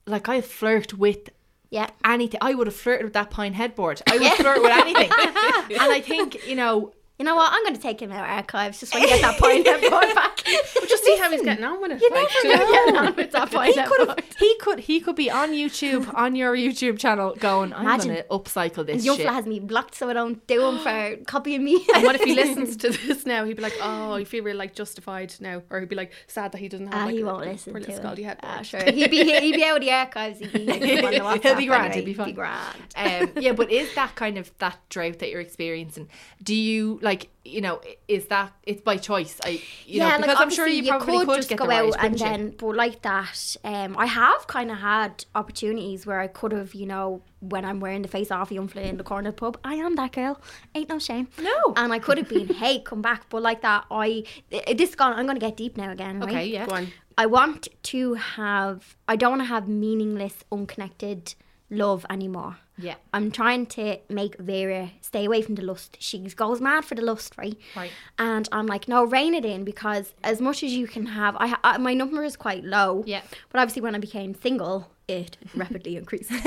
Speaker 2: like I flirt with
Speaker 3: Yeah.
Speaker 2: anything. I would have flirted with that pine headboard. I would flirt with anything. and I think, you know,
Speaker 3: You know what? I'm going to take him out of archives just when you get that point that boy back.
Speaker 4: We'll just see how he's getting on with it. like, do you know?
Speaker 3: with that point
Speaker 2: he could have, he could he could be on YouTube on your YouTube channel going, I'm
Speaker 3: Imagine.
Speaker 2: gonna upcycle this
Speaker 3: Young
Speaker 2: shit.
Speaker 3: fella has me blocked so I don't do him for copying me.
Speaker 4: And what if he listens to this now? He'd be like, "Oh, I feel really like justified now," or he'd be like, "Sad that he doesn't
Speaker 2: Oh
Speaker 4: have."
Speaker 3: Ah,
Speaker 4: like,
Speaker 3: he
Speaker 4: a-
Speaker 3: won't
Speaker 4: a
Speaker 3: listen
Speaker 4: poor
Speaker 3: to
Speaker 4: little
Speaker 3: it.
Speaker 4: scaldy head.
Speaker 3: Ah, sure. He'd be, he'd be out of the archives. He'd be, he'd be on the WhatsApp
Speaker 2: He'll be grand.
Speaker 3: anyway.
Speaker 2: He'll be fine.
Speaker 3: grand.
Speaker 2: um, yeah, but is that kind of that drought that you're experiencing? Do you like you know, i- is that it's by choice? I you know
Speaker 3: yeah,
Speaker 2: because
Speaker 3: like
Speaker 2: I'm sure
Speaker 3: obviously
Speaker 2: you probably could,
Speaker 3: just
Speaker 2: get
Speaker 3: go
Speaker 2: the ride,
Speaker 3: out
Speaker 2: couldn't
Speaker 3: and
Speaker 2: you?
Speaker 3: then, but like that, um, I have kind of had opportunities where I could have, you know, when I'm wearing the face off youngfly in the corner of the pub, I am that girl, ain't no shame.
Speaker 2: No.
Speaker 3: and I could have been, hey, come back, but like that, I th- this gone. I'm gonna get deep now again. Right?
Speaker 2: Okay, yeah. Go on.
Speaker 3: I want to have. I don't want to have meaningless, unconnected love anymore.
Speaker 2: Yeah.
Speaker 3: I'm trying to make Vera stay away from the lust. She goes mad for the lust, right?
Speaker 2: Right.
Speaker 3: And I'm like, no, rein it in because as much as you can have, I, ha- I my number is quite low.
Speaker 2: Yeah.
Speaker 3: But obviously, when I became single, it rapidly increased.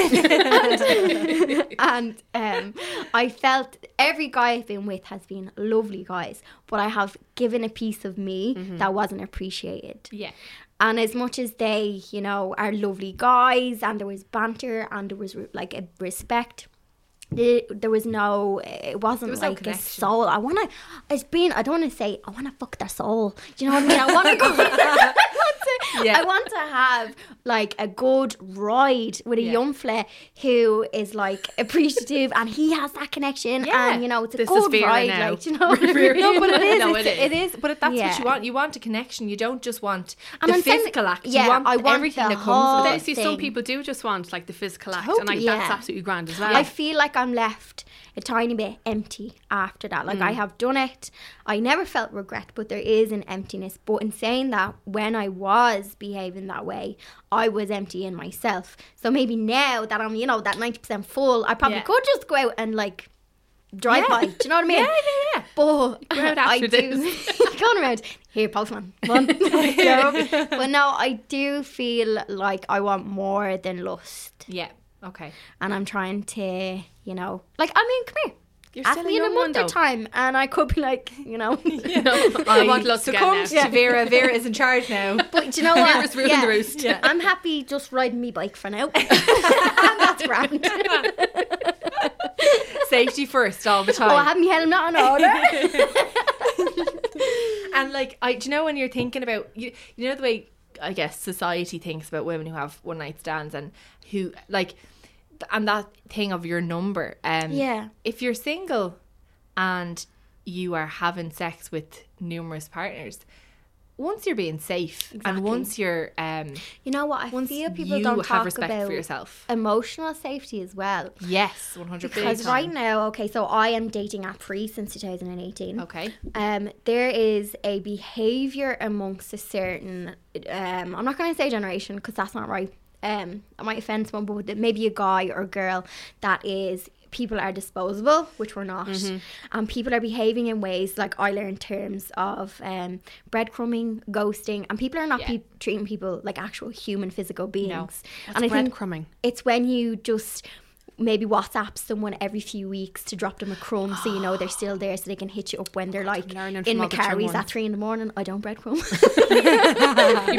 Speaker 3: and and, um, I felt every guy I've been with has been lovely guys, but I have given a piece of me that wasn't appreciated.
Speaker 2: Mm-hmm. Yeah.
Speaker 3: And as much as they, you know, are lovely guys and there was banter and there was like a respect, the- there was no, it wasn't
Speaker 2: was no
Speaker 3: like a
Speaker 2: connection.
Speaker 3: soul. I want to, it's been, I don't want to say, I want to fuck their soul. Do you know what I mean? I want to go. I want to-
Speaker 2: Yeah.
Speaker 3: I want to have like a good ride with a
Speaker 2: Yeah.
Speaker 3: young flair who is like appreciative and he has that connection
Speaker 2: Yeah.
Speaker 3: and you know it's a
Speaker 4: This is
Speaker 3: good
Speaker 4: Vera
Speaker 3: ride
Speaker 4: now.
Speaker 3: like do you know what I mean?
Speaker 2: No, but it is.
Speaker 4: No,
Speaker 2: it's,
Speaker 4: it
Speaker 2: it is. But that's what
Speaker 3: Yeah.
Speaker 2: you want. You want a connection. You don't just want
Speaker 3: And
Speaker 2: the
Speaker 3: I'm saying-
Speaker 2: physical act.
Speaker 3: yeah,
Speaker 2: you want,
Speaker 3: I want
Speaker 2: everything
Speaker 3: the
Speaker 2: that comes
Speaker 4: But
Speaker 2: with
Speaker 3: whole-
Speaker 2: it.
Speaker 4: then see, some
Speaker 3: thing.
Speaker 4: people do just want like the physical act, and like
Speaker 3: Totally,
Speaker 4: that's
Speaker 3: yeah.
Speaker 4: absolutely grand as well.
Speaker 3: I feel like I'm left a tiny bit empty after that. Like I
Speaker 2: Mm.
Speaker 3: have done it. I never felt regret, but there is an emptiness. But in saying that, when I was behaving that way, I was empty in myself. So maybe now that I'm, you know, that 90% full, I probably
Speaker 2: Yeah.
Speaker 3: could just go out and like drive by. Do you know what I mean?
Speaker 2: Yeah, yeah, yeah.
Speaker 3: But
Speaker 4: out
Speaker 3: I
Speaker 4: after
Speaker 3: do going around here, postman. One. So, but no, I do feel like I want more than lust
Speaker 2: Yeah. Okay.
Speaker 3: and I'm trying to, you know, like I mean, come here.
Speaker 4: You're
Speaker 3: Ask
Speaker 4: still a
Speaker 3: me in a
Speaker 4: young one,
Speaker 3: month or
Speaker 4: though.
Speaker 3: time, and I could be like, you know.
Speaker 4: I want love to get now.
Speaker 2: Succumbed to Vera. Vera is in charge now.
Speaker 3: But do you know what?
Speaker 4: Vera's ruined the roost.
Speaker 3: Yeah. I'm happy just riding me bike for now. and that's grand.
Speaker 2: Safety first all the time.
Speaker 3: Oh, I have me helmet not on order.
Speaker 2: and like I do you know when you're thinking about you you know the way I guess society thinks about women who have one night stands and who like th- and that thing of your number um
Speaker 3: Yeah.
Speaker 2: if you're single and you are having sex with numerous partners once you're being safe and once you're um
Speaker 3: You know what? I
Speaker 2: once
Speaker 3: fear people
Speaker 2: you
Speaker 3: don't
Speaker 2: have
Speaker 3: talk
Speaker 2: respect
Speaker 3: about
Speaker 2: for yourself
Speaker 3: emotional safety as well.
Speaker 2: yes 100
Speaker 3: Because right now, okay, so I am dating app free since 2018.
Speaker 2: okay
Speaker 3: um, there is a behavior amongst a certain um, I'm not going to say generation because that's not right. Um, I might offend someone, but th- maybe a guy or a girl that is people are disposable, which we're not,
Speaker 2: Mm-hmm.
Speaker 3: and people are behaving in ways like I learned terms of um, breadcrumbing, ghosting, and people are not
Speaker 2: Yeah.
Speaker 3: pe- treating people like actual human physical beings. and I think
Speaker 4: breadcrumbing?
Speaker 3: it's when you just maybe WhatsApp someone every few weeks to drop them a crumb so you know they're still there so they can hit you up when they're like
Speaker 4: learning
Speaker 3: in
Speaker 4: from all the
Speaker 3: Macari's
Speaker 4: young
Speaker 3: at
Speaker 4: ones.
Speaker 3: three in the morning. I don't breadcrumb
Speaker 4: you be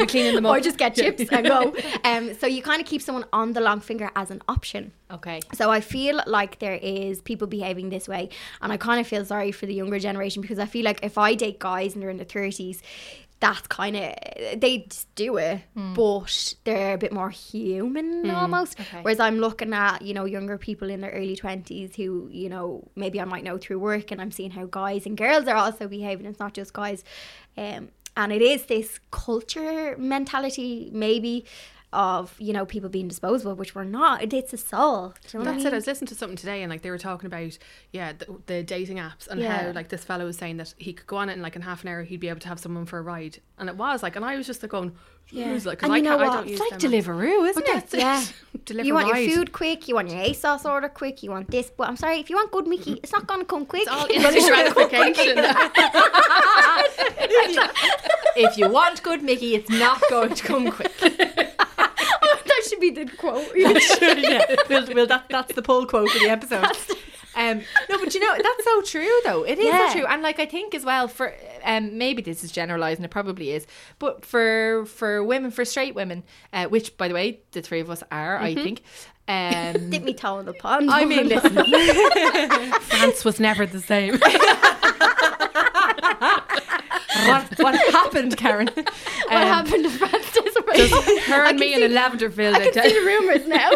Speaker 4: cleaning them up.
Speaker 3: or just get chips and go. Um, so you kind of keep someone on the long finger as an option.
Speaker 2: okay
Speaker 3: So I feel like there is people behaving this way, and I kind of feel sorry for the younger generation because I feel like if I date guys and they're in their thirties, that's kind of they just do it, but they're a bit more human almost. Whereas I'm looking at you know younger people in their early twenties who you know maybe I might know through work, and I'm seeing how guys and girls are also behaving. It's not just guys, um, and it is this culture mentality maybe. Of you know people being disposable, which we're not. It's a soul. Do you know what I
Speaker 4: That's it.
Speaker 3: mean?
Speaker 4: I was listening to something today, and like they were talking about yeah the, the dating apps and
Speaker 3: Yeah.
Speaker 4: how like this fellow was saying that he could go on it in like in half an hour he'd be able to have someone for a ride, and it was like, and I was just like going, yeah, like, 'cause
Speaker 3: And
Speaker 4: I
Speaker 3: you know
Speaker 4: can't,
Speaker 3: what?
Speaker 4: I don't
Speaker 3: It's
Speaker 4: use
Speaker 2: it's like
Speaker 4: them.
Speaker 2: Deliveroo isn't
Speaker 4: But
Speaker 2: it
Speaker 4: that's
Speaker 3: Yeah.
Speaker 4: it. Deliver
Speaker 3: you want
Speaker 4: ride.
Speaker 3: your food quick, you want your ASOS order quick, you want this. But I'm sorry, if you want good Mickey, it's not going to come quick.
Speaker 4: All instant
Speaker 3: Oh
Speaker 4: gratification.
Speaker 2: if you want good Mickey it's not going to come quick
Speaker 3: that should be the quote.
Speaker 2: yeah. Well, well that, that's the poll quote for the episode. Um, no, but you know that's so true though. It is
Speaker 3: Yeah.
Speaker 2: so true, and like I think as well for um, maybe this is generalising, it probably is, but for for women, for straight women, uh, which by the way the three of us are,
Speaker 4: Mm-hmm.
Speaker 2: I think. Um,
Speaker 3: Dip me toe in the pond.
Speaker 2: I mean, listen,
Speaker 4: France was never the same.
Speaker 2: what, what happened, Karen? Um, What
Speaker 3: what happened to Francis?
Speaker 4: Her and me in a lavender field.
Speaker 3: I can see the rumours now.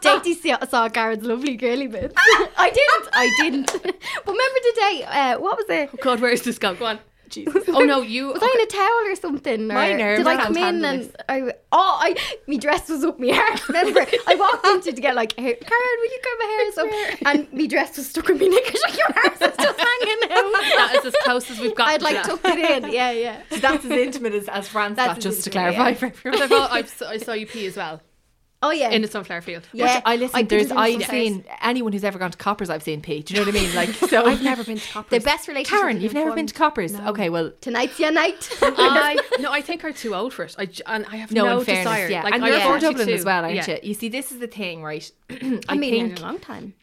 Speaker 3: Dating saw Garrett's lovely girly bits. I didn't. I didn't. but remember the day, uh, what was it?
Speaker 2: Oh,
Speaker 4: God, where is this going? Go on. Jesus. Oh no, you.
Speaker 3: Was I in a er towel or something? Or
Speaker 2: My nerves
Speaker 3: Did I
Speaker 2: can't
Speaker 3: come in
Speaker 2: handle
Speaker 3: and
Speaker 2: this.
Speaker 3: I? Oh, I. My dress was up my hair. Remember, I walked into to get like, hair, Karen, will you cut my hair up? And my dress was stuck in my knickers. Like your hair is just hanging out.
Speaker 4: That is as close as we've got.
Speaker 3: I'd
Speaker 4: to
Speaker 3: like
Speaker 4: that.
Speaker 3: tucked it in. Yeah, yeah.
Speaker 2: That's as intimate as, as France
Speaker 3: That's
Speaker 2: got,
Speaker 3: as
Speaker 2: just to
Speaker 3: intimate,
Speaker 2: clarify
Speaker 3: yeah.
Speaker 2: for everyone.
Speaker 4: But I, thought- Oh, I saw- I saw you pee as well
Speaker 3: Oh yeah.
Speaker 4: in the sunflower field.
Speaker 3: yeah.
Speaker 2: I listen.
Speaker 3: did
Speaker 2: there's
Speaker 3: it in the
Speaker 2: I've
Speaker 3: sunflowers.
Speaker 2: seen anyone who's ever gone to Coppers. I've seen pee. Do you know what I mean? Like so. I've never been to Coppers.
Speaker 3: the best relationship.
Speaker 2: Karen,
Speaker 3: is
Speaker 2: you've never been
Speaker 3: informed.
Speaker 2: to Coppers. Okay, well,
Speaker 3: Tonight's your night.
Speaker 4: I no, I think I'm too old for it. I j- and I have
Speaker 2: no,
Speaker 4: no,
Speaker 2: in fairness,
Speaker 4: desire.
Speaker 2: yeah.
Speaker 4: Like,
Speaker 2: and
Speaker 4: I'm
Speaker 2: you're from
Speaker 4: 42.
Speaker 2: Dublin as well, aren't
Speaker 4: Yeah.
Speaker 2: you? You see, this is the thing, right?
Speaker 3: I mean,
Speaker 2: think
Speaker 3: in a long time.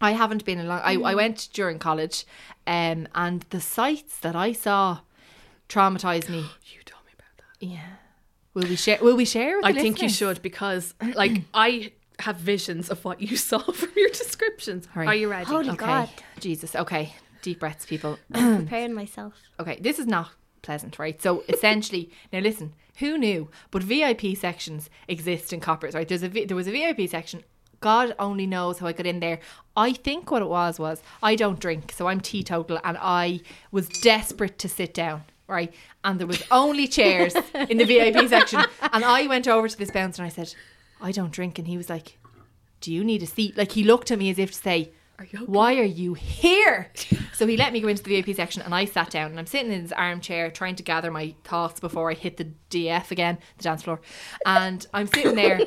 Speaker 2: I haven't been in a long. I,
Speaker 4: Mm-hmm.
Speaker 2: I went during college, um, and the sights that I saw traumatized me.
Speaker 4: You told me about that.
Speaker 2: Yeah. Will we share? Will we share? With
Speaker 4: I
Speaker 2: the
Speaker 4: think you
Speaker 2: listeners?
Speaker 4: should because like I have visions of what you saw from your descriptions.
Speaker 2: right.
Speaker 4: Are you ready?
Speaker 3: Holy
Speaker 2: Okay.
Speaker 3: God,
Speaker 2: Jesus. Okay. Deep breaths, people.
Speaker 3: preparing myself.
Speaker 2: Okay, this is not pleasant, right? So essentially, now listen, who knew? But VIP sections exist in Coppers, right? There's a V- there was a VIP section. God only knows how I got in there. I think what it was was I don't drink, so I'm teetotal, and I was desperate to sit down. Right, and there was only chairs in the VIP section, and I went over to this bouncer and I said, "I don't drink," and he was like, do you need a seat? Like he looked at me as if to say, Why are you here? so he let me go into the VIP section and I sat down and I'm sitting in his armchair trying to gather my thoughts before I hit the DF again, the dance floor. And I'm sitting there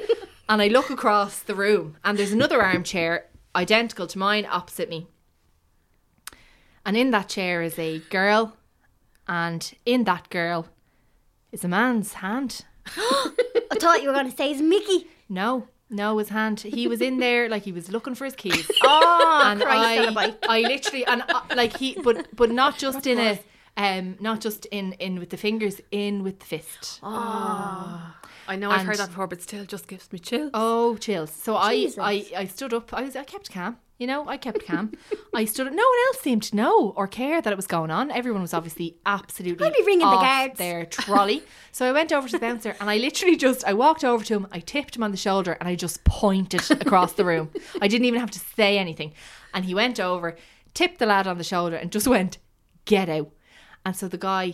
Speaker 2: and I look across the room and there's another armchair identical to mine opposite me. And in that chair is a girl and in that girl is a man's hand.
Speaker 3: I thought you were going to say is Mickey.
Speaker 2: No, no, his hand. He was in there like he was looking for his keys.
Speaker 3: Oh,
Speaker 2: and I, I literally and uh, like he, but but not just in a, um, not just in in with the fingers, in with the fist. Oh,
Speaker 4: I know I've
Speaker 2: And-
Speaker 4: heard that before, but still just gives me chills.
Speaker 2: Oh, chills. So I, I I stood up. I was I kept calm. You know, I kept calm. I stood up. No one else seemed to know or care that it was going on. Everyone was obviously absolutely
Speaker 3: I'd be ringing the
Speaker 2: off
Speaker 3: guards.
Speaker 2: their trolley. so I went over to the bouncer and I literally just I walked over to him. I tipped him on the shoulder and I just pointed across the room. I didn't even have to say anything. And he went over, tipped the lad on the shoulder, and just went, "Get out." And so the guy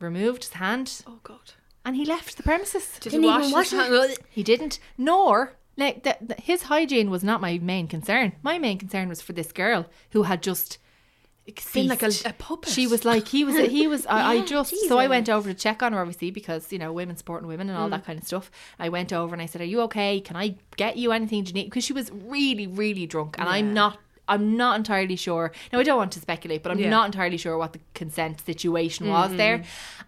Speaker 2: removed his hand
Speaker 4: oh God.
Speaker 2: and he left the premises.
Speaker 4: Did
Speaker 3: Didn't
Speaker 4: you
Speaker 3: even
Speaker 4: wash,
Speaker 3: wash
Speaker 4: his hand?
Speaker 2: He didn't. Nor like th th his hygiene was not my main concern. My main concern was for this girl who had just
Speaker 4: Been like a-
Speaker 2: ceased.
Speaker 4: a puppet.
Speaker 2: She was like he was. He was. I, I just so I went over to check on her obviously because you know women supporting women
Speaker 4: Mm.
Speaker 2: and all that kind of stuff. I went over and I said, "Are you okay? Can I get you anything do you need?" Because she was really really drunk and I'm not. I'm not entirely sure. Now I don't want to speculate, but I'm
Speaker 4: Yeah. Mm-hmm.
Speaker 2: not entirely sure what the consent situation was there.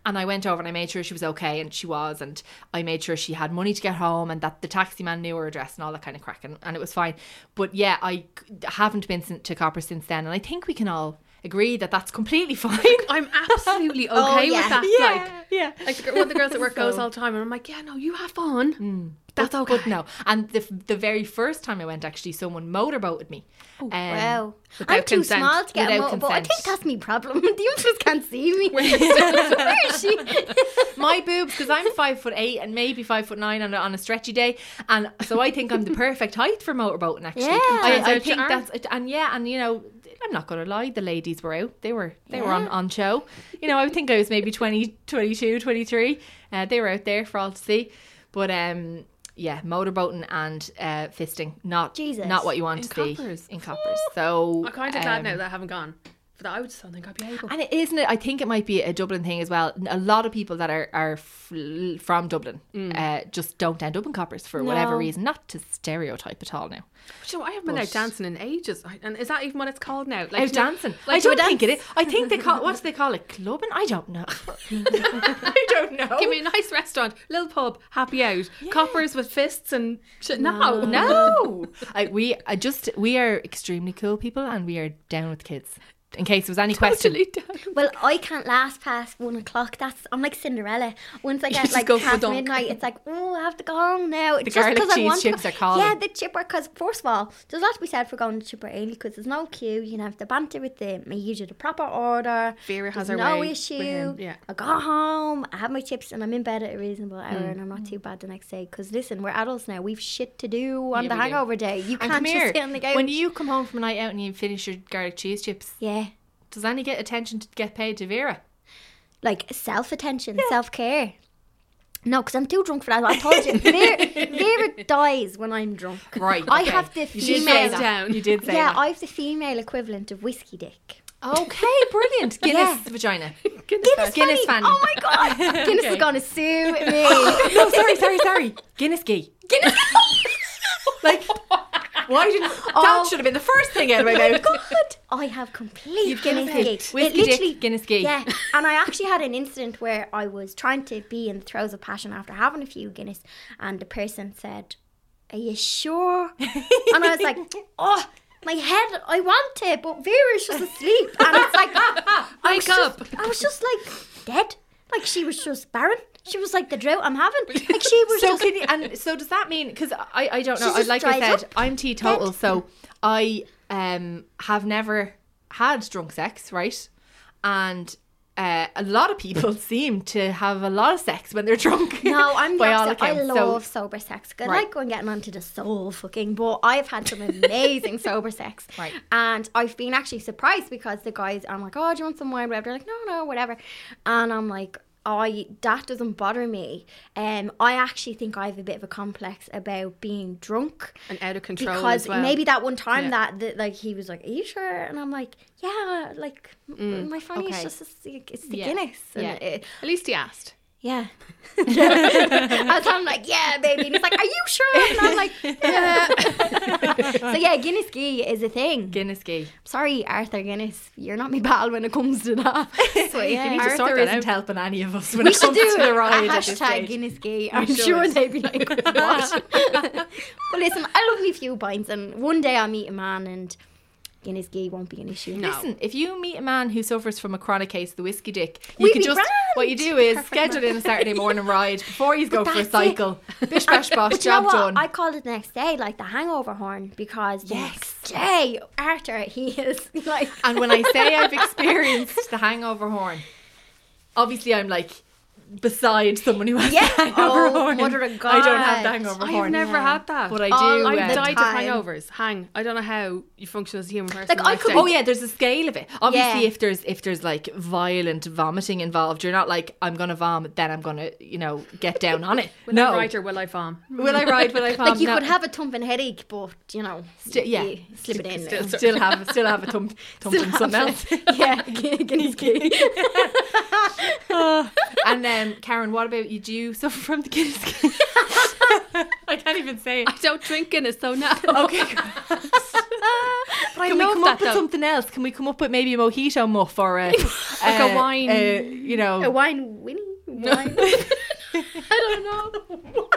Speaker 2: And I went over and I made sure she was okay, and she was, and I made sure she had money to get home, and that the taxi man knew her address and all that kind of crack, and, and it was fine. But yeah, I c- haven't been sin- to Copper since then, and I think we can all agree that that's completely fine.
Speaker 4: I'm absolutely okay
Speaker 3: yeah.
Speaker 4: with that. Like,
Speaker 2: Oh, yeah.
Speaker 4: Like the, gir- one of the girls at work goes all the time, and I'm like, yeah, no, you have fun.
Speaker 2: Hmm.
Speaker 4: That's
Speaker 3: oh
Speaker 4: all
Speaker 2: But no, and the, f- the very first time I went, actually, someone motorboated me. um,
Speaker 3: Wow. I'm
Speaker 4: without
Speaker 3: too
Speaker 4: consent.
Speaker 3: small to get a
Speaker 2: Without
Speaker 3: motorbike. I
Speaker 2: consent.
Speaker 3: think that's me problem. The youngsters can't see me. Where is she?
Speaker 2: my boobs because I'm five foot eight and maybe five foot nine on a, on a stretchy day, and so I think I'm the perfect height for motorboating. Actually,
Speaker 3: Yeah.
Speaker 2: I,
Speaker 4: Turns
Speaker 2: I
Speaker 4: out you
Speaker 2: think
Speaker 4: are.
Speaker 2: that's it. and yeah, and you know, I'm not gonna lie, the ladies were out. They were they were on on show. You know, I would think I was maybe 20, 22, 23. Uh, they were out there for all to see, but um. Yeah, motorboating and uh, fisting, not
Speaker 3: Jesus.
Speaker 2: not what you want
Speaker 4: In
Speaker 2: to see
Speaker 4: Coppers.
Speaker 2: in coppers. So
Speaker 4: I'm kind of glad
Speaker 2: um,
Speaker 4: now that I haven't gone, but I would just don't think I'd be able.
Speaker 2: and it isn't it? I think it might be a Dublin thing as well. A lot of people that are are f- from Dublin uh, just don't end up in coppers for whatever
Speaker 3: No.
Speaker 2: reason. Not to stereotype at all now.
Speaker 4: But you know, I haven't been out dancing in ages, I- and is that even what it's called now? Like
Speaker 2: Out
Speaker 4: you know-
Speaker 2: dancing.
Speaker 4: like,
Speaker 2: I
Speaker 4: do a
Speaker 2: don't think it is. I think they call what do they call it? Clubbing? I don't know. I don't know.
Speaker 4: Give me a nice restaurant, little pub, happy out, coppers with fists and shit. No,
Speaker 2: no, I, we I just we are extremely cool people, and we are down with kids. in case there was any question.
Speaker 4: Totally done.
Speaker 3: Well, I can't last past one o'clock. That's I'm like Cinderella. Once I get
Speaker 4: just
Speaker 3: like
Speaker 4: go for
Speaker 3: past
Speaker 4: dunk.
Speaker 3: midnight, it's like oh, I have to go home now. The
Speaker 2: garlic cheese chips are calling.
Speaker 3: Yeah, the chipper. Because first of all, there's a lot to be said for going to chipper early because there's no queue. You can have the banter with the me. You do the proper order.
Speaker 4: Vera has
Speaker 3: there's
Speaker 4: her
Speaker 3: no
Speaker 4: way with
Speaker 3: issue.
Speaker 4: him, yeah.
Speaker 3: I got home. I had my chips and I'm in bed at a reasonable hour
Speaker 4: Mm.
Speaker 3: and I'm not too bad the next day. Because listen, we're adults now. We've shit to do on
Speaker 4: Yeah,
Speaker 3: the
Speaker 4: we do.
Speaker 3: hangover day. You
Speaker 2: And
Speaker 3: can't
Speaker 2: come
Speaker 3: just
Speaker 2: here.
Speaker 3: sit on the couch.
Speaker 2: When you come home from a night out and you finish your garlic cheese chips,
Speaker 3: yeah.
Speaker 2: does any get attention to get paid to Vera?
Speaker 3: like self attention, self care. No, because I'm too drunk for that. I told you, Vera, Vera dies when I'm drunk.
Speaker 2: Right,
Speaker 3: I
Speaker 2: okay.
Speaker 3: have the
Speaker 2: You did say
Speaker 3: female.
Speaker 2: that. Down. You did say
Speaker 3: yeah,
Speaker 2: that.
Speaker 3: I have the female equivalent of whiskey dick.
Speaker 2: Okay, brilliant. Guinness vagina. Guinness,
Speaker 3: Guinness,
Speaker 2: fanny.
Speaker 3: Oh my god, Guinness is gonna sue me.
Speaker 2: no, Oh, sorry, sorry, sorry. Guinness gee. Guinness Like, why didn't...
Speaker 3: Oh.
Speaker 2: That should have been the first thing out of my mouth. God.
Speaker 3: I have complete
Speaker 2: You've given
Speaker 3: Guinness
Speaker 2: it.
Speaker 3: gig.
Speaker 2: Whiskey dick, Guinness gig.
Speaker 3: Yeah, and I actually had an incident where I was trying to be in the throes of passion after having a few Guinness, and the person said, "Are you sure?" and I was like, "Oh." My head, I want it, but Vera's just asleep, and it's like I
Speaker 4: Wake
Speaker 3: was
Speaker 4: up.
Speaker 3: Just, I was just like dead, like she was just barren. She was like the drought I'm having. Like she was
Speaker 2: So
Speaker 3: just
Speaker 2: can you, and so does that mean because I, I don't know
Speaker 3: She's
Speaker 2: I,
Speaker 3: just
Speaker 2: like I
Speaker 3: dried
Speaker 2: said
Speaker 3: up.
Speaker 2: I'm teetotal so I um have never had drunk sex right and uh, a lot of people seem to have a lot of sex when they're drunk
Speaker 3: No, I'm
Speaker 2: by
Speaker 3: the
Speaker 2: all
Speaker 3: opposite. I
Speaker 2: accounts
Speaker 3: love
Speaker 2: so
Speaker 3: sober sex. I
Speaker 2: Right.
Speaker 3: like going getting onto the soul fucking, but I've had some amazing sober sex.
Speaker 2: Right.
Speaker 3: And I've been actually surprised because the guys, I'm like, oh, do you want some wine? Whatever. They're like, no, no, whatever. And I'm like, I that doesn't bother me. Um, I actually think I have a bit of a complex about being drunk
Speaker 4: And out of control
Speaker 3: because
Speaker 4: as well.
Speaker 3: maybe that one time
Speaker 4: Yeah.
Speaker 3: that, that like he was like, "Are you sure?" And I'm like, "Yeah, like m my funny
Speaker 2: Mm, okay.
Speaker 3: is just it's the- it's the
Speaker 2: Yeah.
Speaker 3: Guinness." And
Speaker 2: Yeah.
Speaker 3: it-
Speaker 4: At least he asked.
Speaker 3: yeah. And so I'm like, yeah, baby. And he's like, are you sure? And I'm like, yeah. so yeah, Guinness Gee is a thing.
Speaker 2: Guinness gee
Speaker 3: Sorry, Arthur Guinness, you're not my pal when it comes to that. So yeah,
Speaker 2: Arthur
Speaker 4: sort that
Speaker 2: isn't
Speaker 4: out.
Speaker 2: helping any of us when
Speaker 3: we
Speaker 2: it
Speaker 3: should
Speaker 2: comes
Speaker 3: do
Speaker 2: to the
Speaker 3: a
Speaker 2: ride at this
Speaker 3: hashtag
Speaker 2: stage.
Speaker 3: Guinness Gee. I'm sure they'd be like, what? but listen, I love me a few pints, and one day I'll meet a man, and Guinness Gee won't be an issue.
Speaker 2: Listen, if you meet a man who suffers from a chronic case of the whiskey dick, you
Speaker 3: We'd
Speaker 2: can
Speaker 3: be
Speaker 2: just
Speaker 3: grand.
Speaker 2: what you do is
Speaker 3: Perfect
Speaker 2: schedule in a Saturday morning ride before you go for a
Speaker 3: that's it.
Speaker 2: cycle. Bish bash bosh,
Speaker 3: But you know
Speaker 2: job
Speaker 3: what?
Speaker 2: done.
Speaker 3: I called it the next day like the hangover horn because the next day Arthur he is like
Speaker 2: And when I say I've experienced the hangover horn, obviously I'm like beside someone who has
Speaker 3: Yeah.
Speaker 2: the hangover
Speaker 3: Oh,
Speaker 2: horn.
Speaker 3: mother
Speaker 2: I
Speaker 3: of
Speaker 2: don't have the
Speaker 3: God.
Speaker 2: hangover
Speaker 4: I've
Speaker 2: horn.
Speaker 4: never had that.
Speaker 2: But I
Speaker 4: All-
Speaker 2: do,
Speaker 4: I
Speaker 2: uh,
Speaker 4: died
Speaker 3: time.
Speaker 4: of hangovers. Hang. I don't know how you function as a human person.
Speaker 3: Like,
Speaker 4: the
Speaker 3: I
Speaker 4: next
Speaker 3: could-
Speaker 4: day.
Speaker 2: Oh yeah, there's a scale of it. Obviously,
Speaker 3: Yeah.
Speaker 2: if there's if there's like violent vomiting involved, you're not like I'm gonna vomit, then I'm gonna you know get down on it.
Speaker 4: Will
Speaker 2: no,
Speaker 4: I write or will I farm?
Speaker 2: will I ride? Will I vomit?
Speaker 3: like you
Speaker 2: No.
Speaker 3: could have a thumping headache, but you know,
Speaker 2: Sti- yeah.
Speaker 3: you slip it in.
Speaker 4: Still-
Speaker 3: now.
Speaker 2: still have still have a thump thump and something else.
Speaker 3: yeah, guinea's key.
Speaker 2: And then Karen, what about you? Do you suffer from the Guinness? I can't even say it.
Speaker 4: I don't drink in it, so no.
Speaker 2: Okay.
Speaker 4: I
Speaker 2: Can we
Speaker 4: love
Speaker 2: come
Speaker 4: that
Speaker 2: up with
Speaker 4: though.
Speaker 2: something else? Can we come up with maybe a mojito muff or a
Speaker 4: Like a wine-
Speaker 2: uh, you know,
Speaker 3: A wine Winnie. Wine.
Speaker 4: I don't know.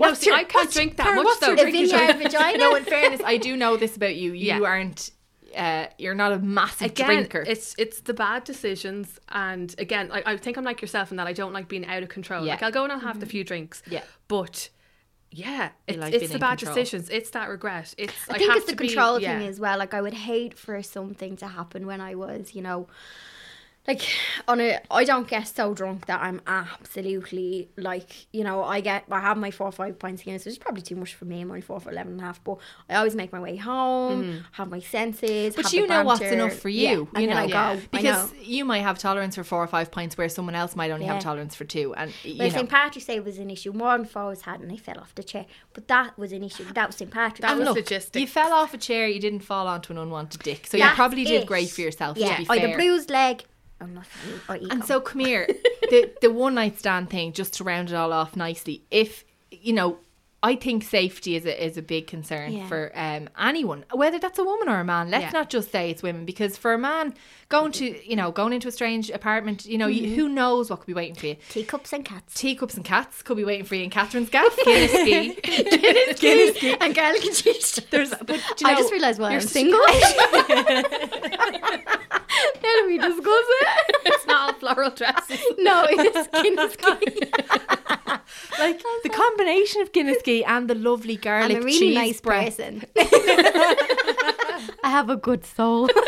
Speaker 4: no, see, I can't drink that
Speaker 2: Karen,
Speaker 4: much
Speaker 2: what's
Speaker 4: though.
Speaker 2: your
Speaker 3: A
Speaker 2: drinking
Speaker 3: vineyard
Speaker 2: choice?
Speaker 3: vagina.
Speaker 2: No, in fairness, I do know this about you. You
Speaker 4: Yeah.
Speaker 2: aren't. Uh, you're not a massive
Speaker 4: Again,
Speaker 2: drinker.
Speaker 4: it's it's the bad decisions, and again, like I think I'm like yourself in that I don't like being out of control.
Speaker 2: Yeah. Mm-hmm.
Speaker 4: Like I'll go and I'll have the few drinks.
Speaker 2: Yeah.
Speaker 4: but yeah, it's,
Speaker 2: like being
Speaker 4: it's the
Speaker 2: in
Speaker 4: bad
Speaker 2: control.
Speaker 4: decisions. It's that regret. It's
Speaker 3: I think
Speaker 4: have
Speaker 3: it's the
Speaker 4: to be-
Speaker 3: control
Speaker 4: yeah.
Speaker 3: thing as well. Like I would hate for something to happen when I was, you know, like on a. I don't get so drunk that I'm absolutely like, you know, I get. I have my four or five pints again, so it's probably too much for me. I'm only four for eleven and a half, but I always make my way home, have my senses.
Speaker 2: Mm. But
Speaker 3: have
Speaker 2: you
Speaker 3: the
Speaker 2: know what's
Speaker 3: banter.
Speaker 2: enough for
Speaker 3: Yeah,
Speaker 2: you.
Speaker 3: and
Speaker 2: you
Speaker 3: then
Speaker 2: know,
Speaker 3: I go I know.
Speaker 2: because you might have tolerance for four or five pints, where someone else might only
Speaker 3: Yeah.
Speaker 2: have tolerance for two. And you
Speaker 3: Well,
Speaker 2: know,
Speaker 3: St. Patrick's Day was an issue. More than four was had, and I fell off the chair. But that was an issue. That was St. Patrick's.
Speaker 4: That
Speaker 3: Day.
Speaker 4: was
Speaker 2: look,
Speaker 4: logistics.
Speaker 2: you fell off a chair, you didn't fall onto an unwanted dick, so you
Speaker 3: That's
Speaker 2: probably did
Speaker 3: it.
Speaker 2: great for yourself.
Speaker 3: Yeah,
Speaker 2: to
Speaker 3: Oh,
Speaker 2: be
Speaker 3: I had
Speaker 2: fair.
Speaker 3: a bruised leg. I'm not. funny, Or ego.
Speaker 2: And so come here, the the one night stand thing, just to round it all off nicely. If you know, I think safety is a, is a big concern
Speaker 3: Yeah.
Speaker 2: for um, anyone, whether that's a woman or a man. Let's
Speaker 4: Yeah.
Speaker 2: not just say it's women, because for a man going to you know going into a strange apartment, you know you, who knows what could be waiting for you.
Speaker 3: Teacups and cats.
Speaker 2: Teacups and cats could be waiting for you in Catherine's gaff. Guinness tea.
Speaker 3: and girl can teach them.
Speaker 2: There's, but do you
Speaker 3: I
Speaker 2: know-
Speaker 3: just realised why
Speaker 2: you're
Speaker 3: I'm
Speaker 2: such a-
Speaker 3: single. now that we discuss it.
Speaker 4: It's not all floral dresses.
Speaker 3: No, it's Guinness tea.
Speaker 2: like the combination of Guinness ghee and the lovely garlic
Speaker 3: I'm a really
Speaker 2: cheese
Speaker 3: nice
Speaker 2: bread.
Speaker 3: person. I have a good soul.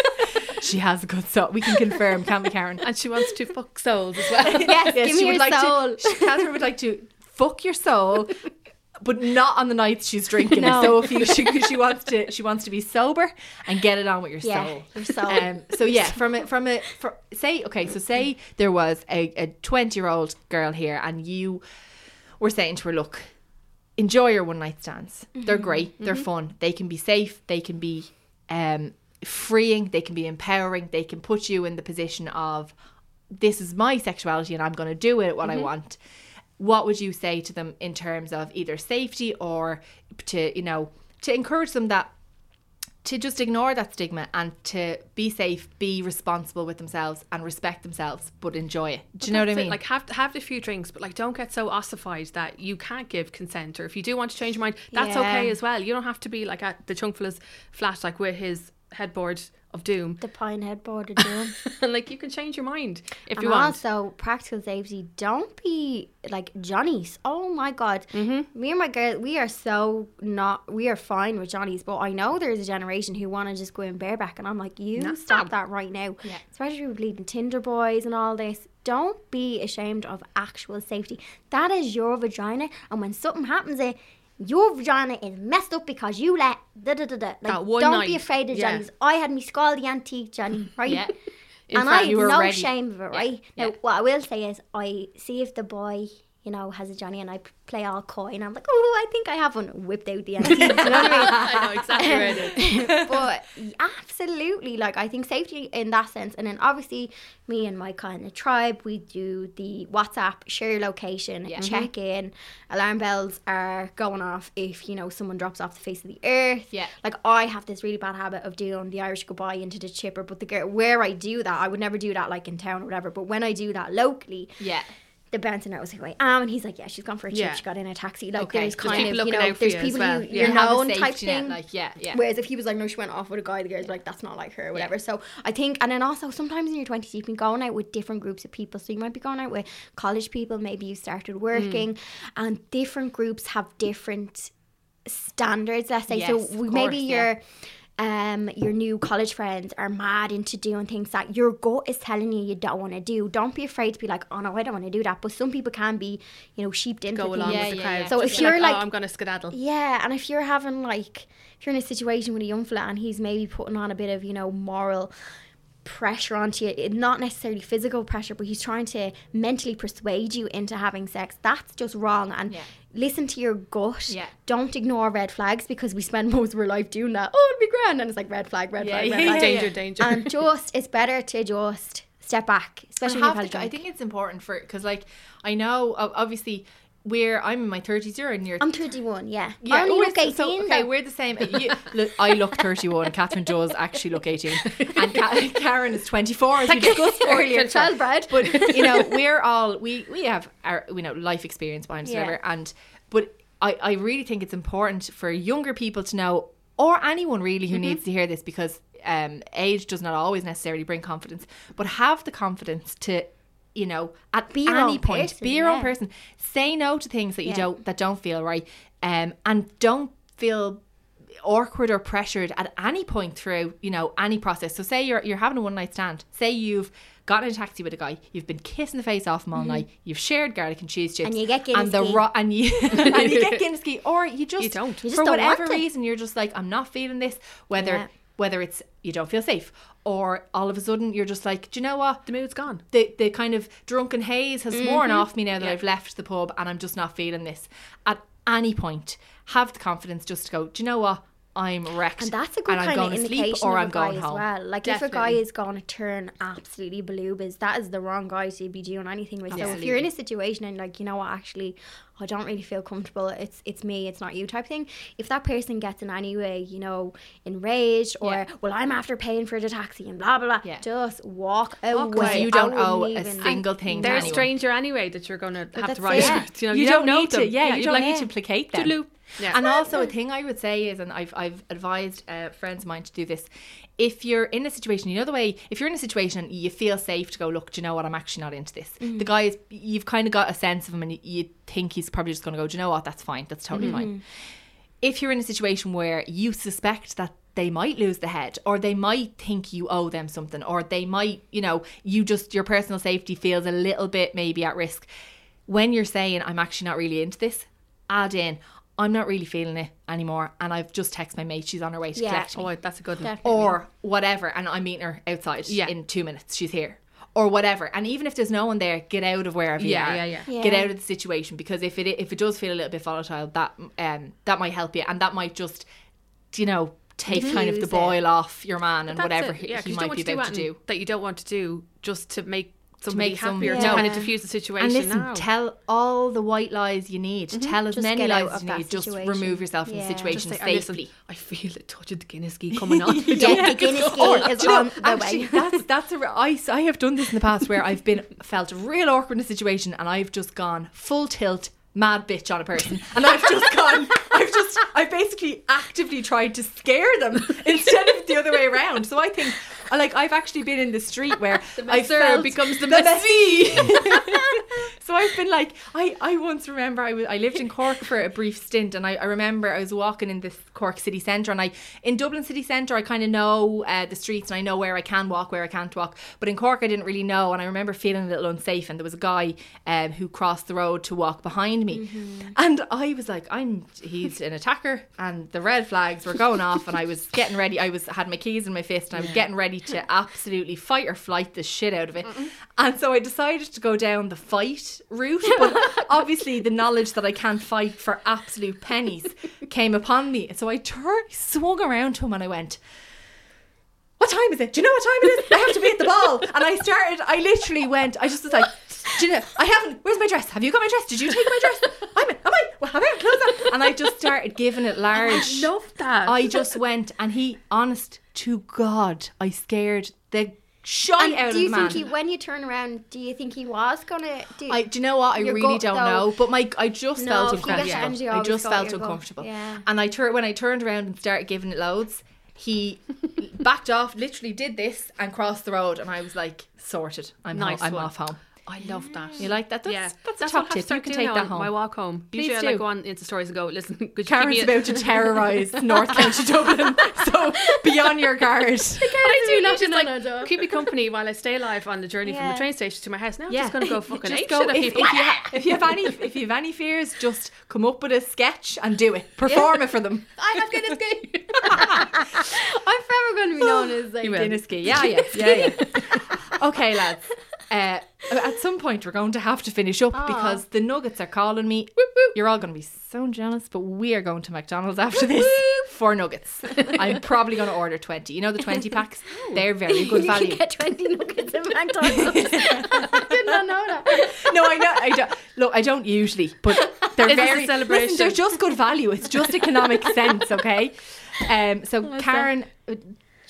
Speaker 2: She has a good soul. We can confirm, can't we, Karen?
Speaker 4: And she wants to fuck souls as well.
Speaker 3: Yes, give me
Speaker 2: she would
Speaker 3: your
Speaker 2: like
Speaker 3: soul.
Speaker 2: To, she, Catherine would like to fuck your soul, but not on the nights she's drinking.
Speaker 3: No.
Speaker 2: So if you, she, she wants to, she wants to be sober and get it on with your
Speaker 3: Yeah,
Speaker 2: soul.
Speaker 3: your soul.
Speaker 2: Um, so yeah, from a from a for, say okay, so say there was a a twenty year old girl here, and you were saying to her, look. Enjoy your one night stands. They're
Speaker 4: Mm-hmm.
Speaker 2: great. They're fun. They can be safe. They can be um, freeing. They can be empowering. They can put you in the position of this is my sexuality and I'm going to do it what
Speaker 4: Mm-hmm.
Speaker 2: I want. What would you say to them in terms of either safety or to, you know, to encourage them that to just ignore that stigma and to be safe, be responsible with themselves and respect themselves, but enjoy it. Do you know what I
Speaker 4: That's it,
Speaker 2: mean?
Speaker 4: Like have have a few drinks, but like don't get so ossified that you can't give consent. Or if you do want to change your mind, that's
Speaker 3: Yeah.
Speaker 4: okay as well. You don't have to be like at the chunkfulla's flat, like with his headboard of doom,
Speaker 3: the Pinehead Border Doom.
Speaker 4: and like you can change your mind if
Speaker 3: And
Speaker 4: you want.
Speaker 3: also, practical safety. Don't be like Johnny's. Oh my God.
Speaker 4: Mm-hmm.
Speaker 3: Me and my girl, we are so not, we are fine with Johnny's, but I know there's a generation who want to just go in bareback. And I'm like, you stop that right now. Especially with leaving Tinder boys and all this. Don't be ashamed of actual safety. That is your vagina. And when something happens, it, your vagina is messed up because you let da da da da. Like,
Speaker 4: That one
Speaker 3: don't be
Speaker 4: night.
Speaker 3: afraid of
Speaker 4: Yeah.
Speaker 3: Johnny's. I had me scaldy antique Johnny, right?
Speaker 2: Yeah.
Speaker 3: and
Speaker 2: fact,
Speaker 3: I
Speaker 2: you were
Speaker 3: have no
Speaker 2: ready.
Speaker 3: shame of it, right? Now, what I will say is, I see if the boy, you know, has a Johnny, and I p- play all coy, and I'm like, oh, I think I have one, whipped out the end. you know what I
Speaker 4: I know exactly where it is.
Speaker 3: mean? but absolutely, like I think safety in that sense, and then obviously me and my kind of tribe, we do the WhatsApp share your location, check
Speaker 2: Mm-hmm.
Speaker 3: in, alarm bells are going off if you know someone drops off the face of the earth.
Speaker 2: Yeah.
Speaker 3: Like I have this really bad habit of doing the Irish goodbye into the chipper, but the girl where I do that, I would never do that like in town or whatever. But when I do that locally,
Speaker 2: yeah.
Speaker 3: the bouncer knows who I am, and he's like, "Yeah, she's gone for a chip.
Speaker 4: Yeah.
Speaker 3: She got in a taxi." Like
Speaker 2: Okay.
Speaker 3: there's
Speaker 2: There's
Speaker 3: kind
Speaker 4: people
Speaker 3: of you
Speaker 4: looking
Speaker 3: know,
Speaker 4: out for
Speaker 3: there's
Speaker 4: you as
Speaker 3: people
Speaker 4: well.
Speaker 3: you
Speaker 4: Yeah.
Speaker 3: you're
Speaker 2: Have a
Speaker 3: known
Speaker 2: safety
Speaker 3: type
Speaker 2: net,
Speaker 3: thing.
Speaker 2: like, yeah, yeah.
Speaker 3: Whereas if he was like, "No, she went off with a guy," the girl's like, "That's not like her," or whatever. So I think, and then also sometimes in your twenties, you can go going out with different groups of people. So you might be going out with college people. Maybe you
Speaker 2: Mm.
Speaker 3: started working, and different groups have different standards. Let's say so.
Speaker 2: Yes, of
Speaker 3: We, maybe
Speaker 2: course,
Speaker 3: your
Speaker 2: yeah.
Speaker 3: Um, your new college friends are mad into doing things that your gut is telling you you don't want to do. Don't be afraid to be like, oh no, I don't want to do that. But some people can be, you know, sheeped into
Speaker 4: Go along
Speaker 3: things.
Speaker 2: Yeah,
Speaker 4: with the
Speaker 2: yeah,
Speaker 4: crowd.
Speaker 2: yeah.
Speaker 3: So
Speaker 4: Just
Speaker 3: if
Speaker 4: be
Speaker 3: you're
Speaker 4: oh,
Speaker 3: like-
Speaker 4: I'm gonna skedaddle.
Speaker 3: Yeah, and if you're having like if you're in a situation with a young fella and he's maybe putting on a bit of you know moral pressure onto you, it- not necessarily physical pressure, but he's trying to mentally persuade you into having sex. That's just wrong. And
Speaker 2: Yeah.
Speaker 3: listen to your gut.
Speaker 2: Yeah.
Speaker 3: Don't ignore red flags because we spend most of our life doing that. Oh, it'll be grand, and it's like red flag, red flag, red
Speaker 2: yeah,
Speaker 3: flag.
Speaker 4: Danger, danger.
Speaker 3: And just it's better to just step back, especially
Speaker 2: And
Speaker 3: when
Speaker 2: half
Speaker 3: you've had
Speaker 2: the
Speaker 3: a
Speaker 2: t- I
Speaker 3: drink.
Speaker 2: think it's important for because like I know o- obviously we're I'm in my thirties, you're in your
Speaker 3: I'm 31, yeah.
Speaker 2: Yeah,
Speaker 3: I only
Speaker 2: oh,
Speaker 3: look
Speaker 2: it's-
Speaker 3: 18.
Speaker 2: so, okay,
Speaker 3: though.
Speaker 2: we're the same. You, look, I look 31. Catherine does actually look 18. And Ka- Karen is 24, as we discussed earlier.
Speaker 3: Childbred.
Speaker 2: But, you know, we're all, we, we have our, you know, life experience behind us,
Speaker 3: Yeah.
Speaker 2: whatever. And, but I, I really think it's important for younger people to know, or anyone really
Speaker 3: Mm-hmm.
Speaker 2: who needs to hear this, because um, age does not always necessarily bring confidence, but have the confidence to, you know, at
Speaker 3: Be your
Speaker 2: any
Speaker 3: own
Speaker 2: point,
Speaker 3: person,
Speaker 2: be your own
Speaker 3: yeah.
Speaker 2: person person. Say no to things that you
Speaker 3: Yeah.
Speaker 2: don't that don't feel right, um, and don't feel awkward or pressured at any point through you know any process. So say you're you're having a one night stand. Say you've gotten in a taxi with a guy, you've been kissing the face off him all night, you've shared garlic and cheese chips,
Speaker 3: Mm-hmm. And you get
Speaker 2: and the
Speaker 3: Guinness
Speaker 2: ro- and you and you get Guinness ghee, or you just
Speaker 4: You don't.
Speaker 3: You just
Speaker 2: for
Speaker 3: don't want
Speaker 2: whatever
Speaker 3: it.
Speaker 2: reason you're just like I'm not feeling this. Whether
Speaker 3: Yeah.
Speaker 2: whether it's you don't feel safe, or all of a sudden you're just like, do you know what?
Speaker 4: The mood's gone.
Speaker 2: the, the kind of drunken haze has
Speaker 3: Mm-hmm.
Speaker 2: worn off me now that I've left the pub and I'm just not feeling this. At any point, have the confidence just to go, do you know what? I'm wrecked.
Speaker 3: And that's a good
Speaker 2: and I'm
Speaker 3: kind of
Speaker 2: going to
Speaker 3: indication
Speaker 2: sleep or
Speaker 3: of
Speaker 2: I'm
Speaker 3: a guy
Speaker 2: going
Speaker 3: as
Speaker 2: home.
Speaker 3: well. Like if a guy is going to turn absolutely blue, that is the wrong guy to be doing anything with. So if you're in a situation and like you know what, actually, I don't really feel comfortable. It's it's me, it's not you type thing. If that person gets in any way, you know, enraged or
Speaker 2: Yeah.
Speaker 3: well, I'm after paying for the taxi and blah blah blah.
Speaker 2: Yeah.
Speaker 3: Just walk away.
Speaker 2: Because you don't
Speaker 3: I wouldn't
Speaker 2: owe a
Speaker 3: even-
Speaker 2: single thing to
Speaker 4: They're a
Speaker 2: anyone.
Speaker 4: stranger anyway that you're going to have
Speaker 3: that's
Speaker 4: to rise
Speaker 3: it.
Speaker 4: with. You know,
Speaker 2: you,
Speaker 4: you,
Speaker 2: don't,
Speaker 4: know
Speaker 2: need
Speaker 4: them.
Speaker 2: to. Yeah, you
Speaker 4: you'd
Speaker 2: don't
Speaker 4: like-
Speaker 2: need to placate them.
Speaker 4: Toodaloo. Yeah.
Speaker 2: And also, a thing I would say is, and I've I've advised uh, friends of mine to do this. If you're in a situation, you know the way. If you're in a situation, and you feel safe to go. Look, do you know what? I'm actually not into this. The guy is. You've kind of got a sense of him, and you, you think he's probably just going to go. Do you know what? That's fine. That's totally fine. If you're in a situation where you suspect that they might lose the head, or they might think you owe them something, or they might, you know, you just your personal safety feels a little bit maybe at risk. When you're saying I'm actually not really into this, add in I'm not really feeling it anymore and I've just texted my mate she's on her way to
Speaker 3: Yeah.
Speaker 2: collect me
Speaker 4: Oh, that's a good one.
Speaker 2: or whatever and I'm meeting her outside
Speaker 4: Yeah.
Speaker 2: in 2 minutes she's here or whatever and even if there's no one there get out of wherever
Speaker 4: Yeah,
Speaker 2: you are
Speaker 4: yeah,
Speaker 3: yeah.
Speaker 2: get
Speaker 3: Yeah.
Speaker 2: out of the situation because if it if it does feel a little bit volatile that um that might help you and that might just you know take kind of the
Speaker 3: Diffuse it.
Speaker 2: boil off your man and whatever
Speaker 4: it.
Speaker 2: he,
Speaker 4: 'cause
Speaker 2: he
Speaker 4: you don't
Speaker 2: might
Speaker 4: want
Speaker 2: be
Speaker 4: to do
Speaker 2: about to
Speaker 4: anything
Speaker 2: do
Speaker 4: that you don't want to do just to make somebody
Speaker 2: make some-
Speaker 4: happier to
Speaker 2: Yeah.
Speaker 4: kind of
Speaker 3: Yeah.
Speaker 4: diffuse the situation.
Speaker 2: and listen,
Speaker 4: now.
Speaker 2: tell all the white lies you need. Tell as
Speaker 3: Just
Speaker 2: many
Speaker 3: get out
Speaker 2: lies as
Speaker 3: of
Speaker 2: you
Speaker 3: that
Speaker 2: need. Just
Speaker 3: situation.
Speaker 2: remove yourself from the
Speaker 3: Yeah.
Speaker 4: Just
Speaker 2: situation
Speaker 4: say, "Oh, listen,
Speaker 2: safely.
Speaker 4: I feel a touch of the Guinness key coming on.
Speaker 3: Yeah, the Guinness Gate is on the
Speaker 2: Actually,
Speaker 3: way.
Speaker 2: that's that's a re- I, s- I have done this in the past where I've been felt real awkward in a situation and I've just gone full tilt mad bitch on a person and I've just gone I've just I've basically actively tried to scare them instead of the other way around so I think I- like I've actually been in the street where I
Speaker 4: messer
Speaker 2: felt
Speaker 4: becomes the
Speaker 2: messy so I've been like I, I once remember I, was, I lived in Cork for a brief stint and I, I remember I was walking in this Cork city centre and I in Dublin city centre I kind of know uh, the streets and I know where I can walk where I can't walk but in Cork I didn't really know and I remember feeling a little unsafe and there was a guy um, who crossed the road to walk behind me and I was like I'm he's an attacker and the red flags were going off and I was getting ready I was had my keys in my fist and I was getting ready to absolutely fight or flight the shit out of it and so I decided to go down the fight route but obviously the knowledge that I can't fight for absolute pennies came upon me and so I turned swung around to him and I went what time is it? Do you know what time it is? I have to be at the ball. And I started, I literally went, I just was like, do you know, I haven't, where's my dress? Have you got my dress? Did you take my dress? I'm, am I, well, have I had clothes on? And I just started giving it large.
Speaker 4: love that.
Speaker 2: I just went, and he, honest to God, I scared the shit
Speaker 3: And
Speaker 2: out of
Speaker 3: do
Speaker 2: the
Speaker 3: you
Speaker 2: man.
Speaker 3: think he, when you turn around, do you think he was gonna do?
Speaker 2: I, do you know what? I
Speaker 3: Your
Speaker 2: really
Speaker 3: gut,
Speaker 2: don't
Speaker 3: though.
Speaker 2: know. But my, I just
Speaker 3: No,
Speaker 2: felt
Speaker 3: if you get
Speaker 2: uncomfortable.
Speaker 3: angry, you
Speaker 2: I
Speaker 3: always
Speaker 2: just
Speaker 3: go with
Speaker 2: felt
Speaker 3: your gut.
Speaker 2: uncomfortable.
Speaker 3: Yeah.
Speaker 2: And I tur- when I turned around and started giving it loads, he backed off, literally did this and crossed the road, and I was like, sorted. I'm
Speaker 4: Nice
Speaker 2: home. I'm
Speaker 4: one.
Speaker 2: off home.
Speaker 4: I love that.
Speaker 2: You like that? That's,
Speaker 4: yeah,
Speaker 2: that's, a
Speaker 4: what
Speaker 2: top
Speaker 4: I have
Speaker 2: tip.
Speaker 4: to
Speaker 2: You can
Speaker 4: start
Speaker 2: take
Speaker 4: doing
Speaker 2: that
Speaker 4: on
Speaker 2: home.
Speaker 4: My walk home.
Speaker 2: Please
Speaker 4: Usually I
Speaker 2: do.
Speaker 4: like go on Insta stories and go, listen, could you
Speaker 2: Karen's
Speaker 4: give me a-
Speaker 2: about to terrorise North County Dublin, so be on your guard.
Speaker 4: But I do
Speaker 3: really
Speaker 4: love just
Speaker 3: didn't
Speaker 4: like
Speaker 3: know that.
Speaker 4: keep me company while I stay alive on the journey from the
Speaker 3: Yeah.
Speaker 4: train station to my house. Now I'm just gonna go fucking
Speaker 2: Just
Speaker 4: ape
Speaker 2: go-
Speaker 4: shit at
Speaker 2: if,
Speaker 4: people.
Speaker 2: If you, ha- if you have any, if you have any fears, just come up with a sketch and do it. Perform it for them.
Speaker 3: I have Guinness Gate. I'm forever gonna be known as like
Speaker 4: You will.
Speaker 2: Guinness key. Yeah, yeah, yeah, yeah. okay, lads. Uh, at some point, we're going to have to finish up because the Nuggets are calling me. You're all going to be so jealous, but we are going to McDonald's after this for Nuggets. I'm probably going to order 20. You know the 20 packs? They're very good
Speaker 3: Oh. you
Speaker 2: value.
Speaker 3: can get 20 nuggets in McDonald's. I did not know that.
Speaker 2: no, I know. I don't. Look, I don't usually, but they're
Speaker 4: This is a
Speaker 2: very.
Speaker 4: celebration.
Speaker 2: Listen, they're just good value. It's just economic sense, okay? Um, so, Karen, uh,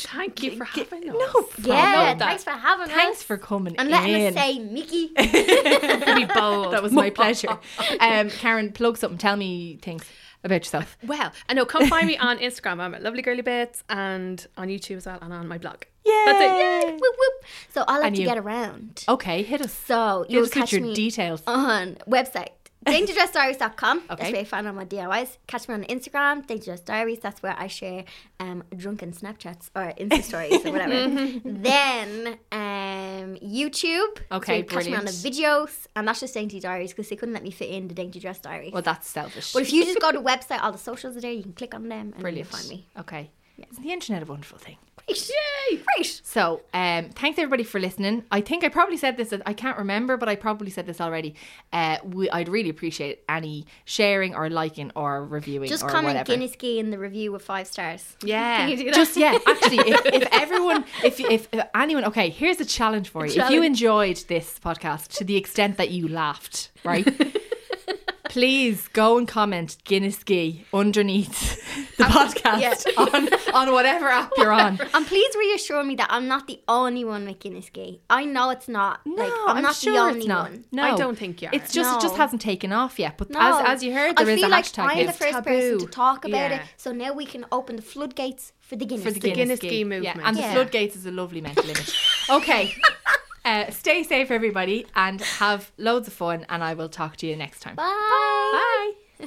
Speaker 4: Thank you for
Speaker 2: g-
Speaker 4: having us.
Speaker 2: no,
Speaker 3: Yeah,
Speaker 2: problem.
Speaker 3: thanks for having us.
Speaker 2: Thanks for coming
Speaker 3: And
Speaker 2: in.
Speaker 3: letting us say Mickey.
Speaker 4: be bold.
Speaker 2: That was my pleasure. Um, Karen, plug something. Tell me things about yourself.
Speaker 4: Well, I know. Come find me on Instagram. I'm at Lovely Girly Bits and on YouTube as well and on my blog. Yeah, That's it. Yay.
Speaker 3: whoop, whoop. So I like
Speaker 2: And
Speaker 3: to
Speaker 2: you.
Speaker 3: get around.
Speaker 2: Okay, hit us.
Speaker 3: So
Speaker 2: Hit
Speaker 3: you'll
Speaker 2: us with
Speaker 3: catch
Speaker 2: your
Speaker 3: me
Speaker 2: details.
Speaker 3: on website. DangerDressDiaries.com. That's
Speaker 2: Okay.
Speaker 3: where you find all my DIYs. Catch me on Instagram, Dangerous Diaries. That's where I share um, drunken Snapchats or Insta stories or whatever. then um, YouTube. so
Speaker 2: Okay,
Speaker 3: you catch me on the videos. And that's just Dainty Diaries because they couldn't let me fit in the Dainty Dress Diary.
Speaker 2: Well, that's selfish.
Speaker 3: But if you just go to the website, all the socials are there. You can click on them and you'll find me.
Speaker 2: Okay. Isn't the internet a wonderful thing?
Speaker 3: Yay! Great.
Speaker 2: So, um, thanks everybody for listening. I think I probably said this, I can't remember, but I probably said this already. Uh, we, I'd really appreciate any sharing or liking or reviewing
Speaker 3: Just
Speaker 2: or
Speaker 3: comment
Speaker 2: whatever.
Speaker 3: Guinness Key in the review with five stars.
Speaker 4: Yeah.
Speaker 3: Can you do that?
Speaker 2: Just yeah, actually, if, if everyone, if, if if anyone, okay, here's a challenge for you. If you enjoyed this podcast to the extent that you laughed, right? Please go and comment Guinness Gee underneath the podcast
Speaker 3: yeah.
Speaker 2: on, on whatever app you're on.
Speaker 3: And please reassure me that I'm not the only one with Guinness Gay. I know it's not.
Speaker 2: No,
Speaker 3: like,
Speaker 2: I'm,
Speaker 3: I'm, not
Speaker 2: sure
Speaker 3: the only
Speaker 2: it's not.
Speaker 3: one.
Speaker 2: No,
Speaker 4: I don't think you are.
Speaker 2: It's just it just
Speaker 3: No.
Speaker 2: hasn't taken off yet. But
Speaker 3: No.
Speaker 2: as, as you heard, there
Speaker 3: I
Speaker 2: is a
Speaker 3: feel like
Speaker 2: hashtag.
Speaker 3: I'm the
Speaker 2: It's
Speaker 3: first person to
Speaker 4: taboo.
Speaker 3: talk about
Speaker 4: Yeah.
Speaker 3: it, so now we can open the floodgates for the Guinness.
Speaker 2: for the
Speaker 3: Gay.
Speaker 2: Guinness,
Speaker 4: Guinness
Speaker 2: Gay
Speaker 4: Gay
Speaker 2: Yeah,
Speaker 4: movement.
Speaker 2: and the
Speaker 3: Yeah.
Speaker 2: floodgates is a lovely mental image. Okay, uh, stay safe, everybody, and have loads of fun. And I will talk to you next time.
Speaker 3: Bye.
Speaker 2: Bye.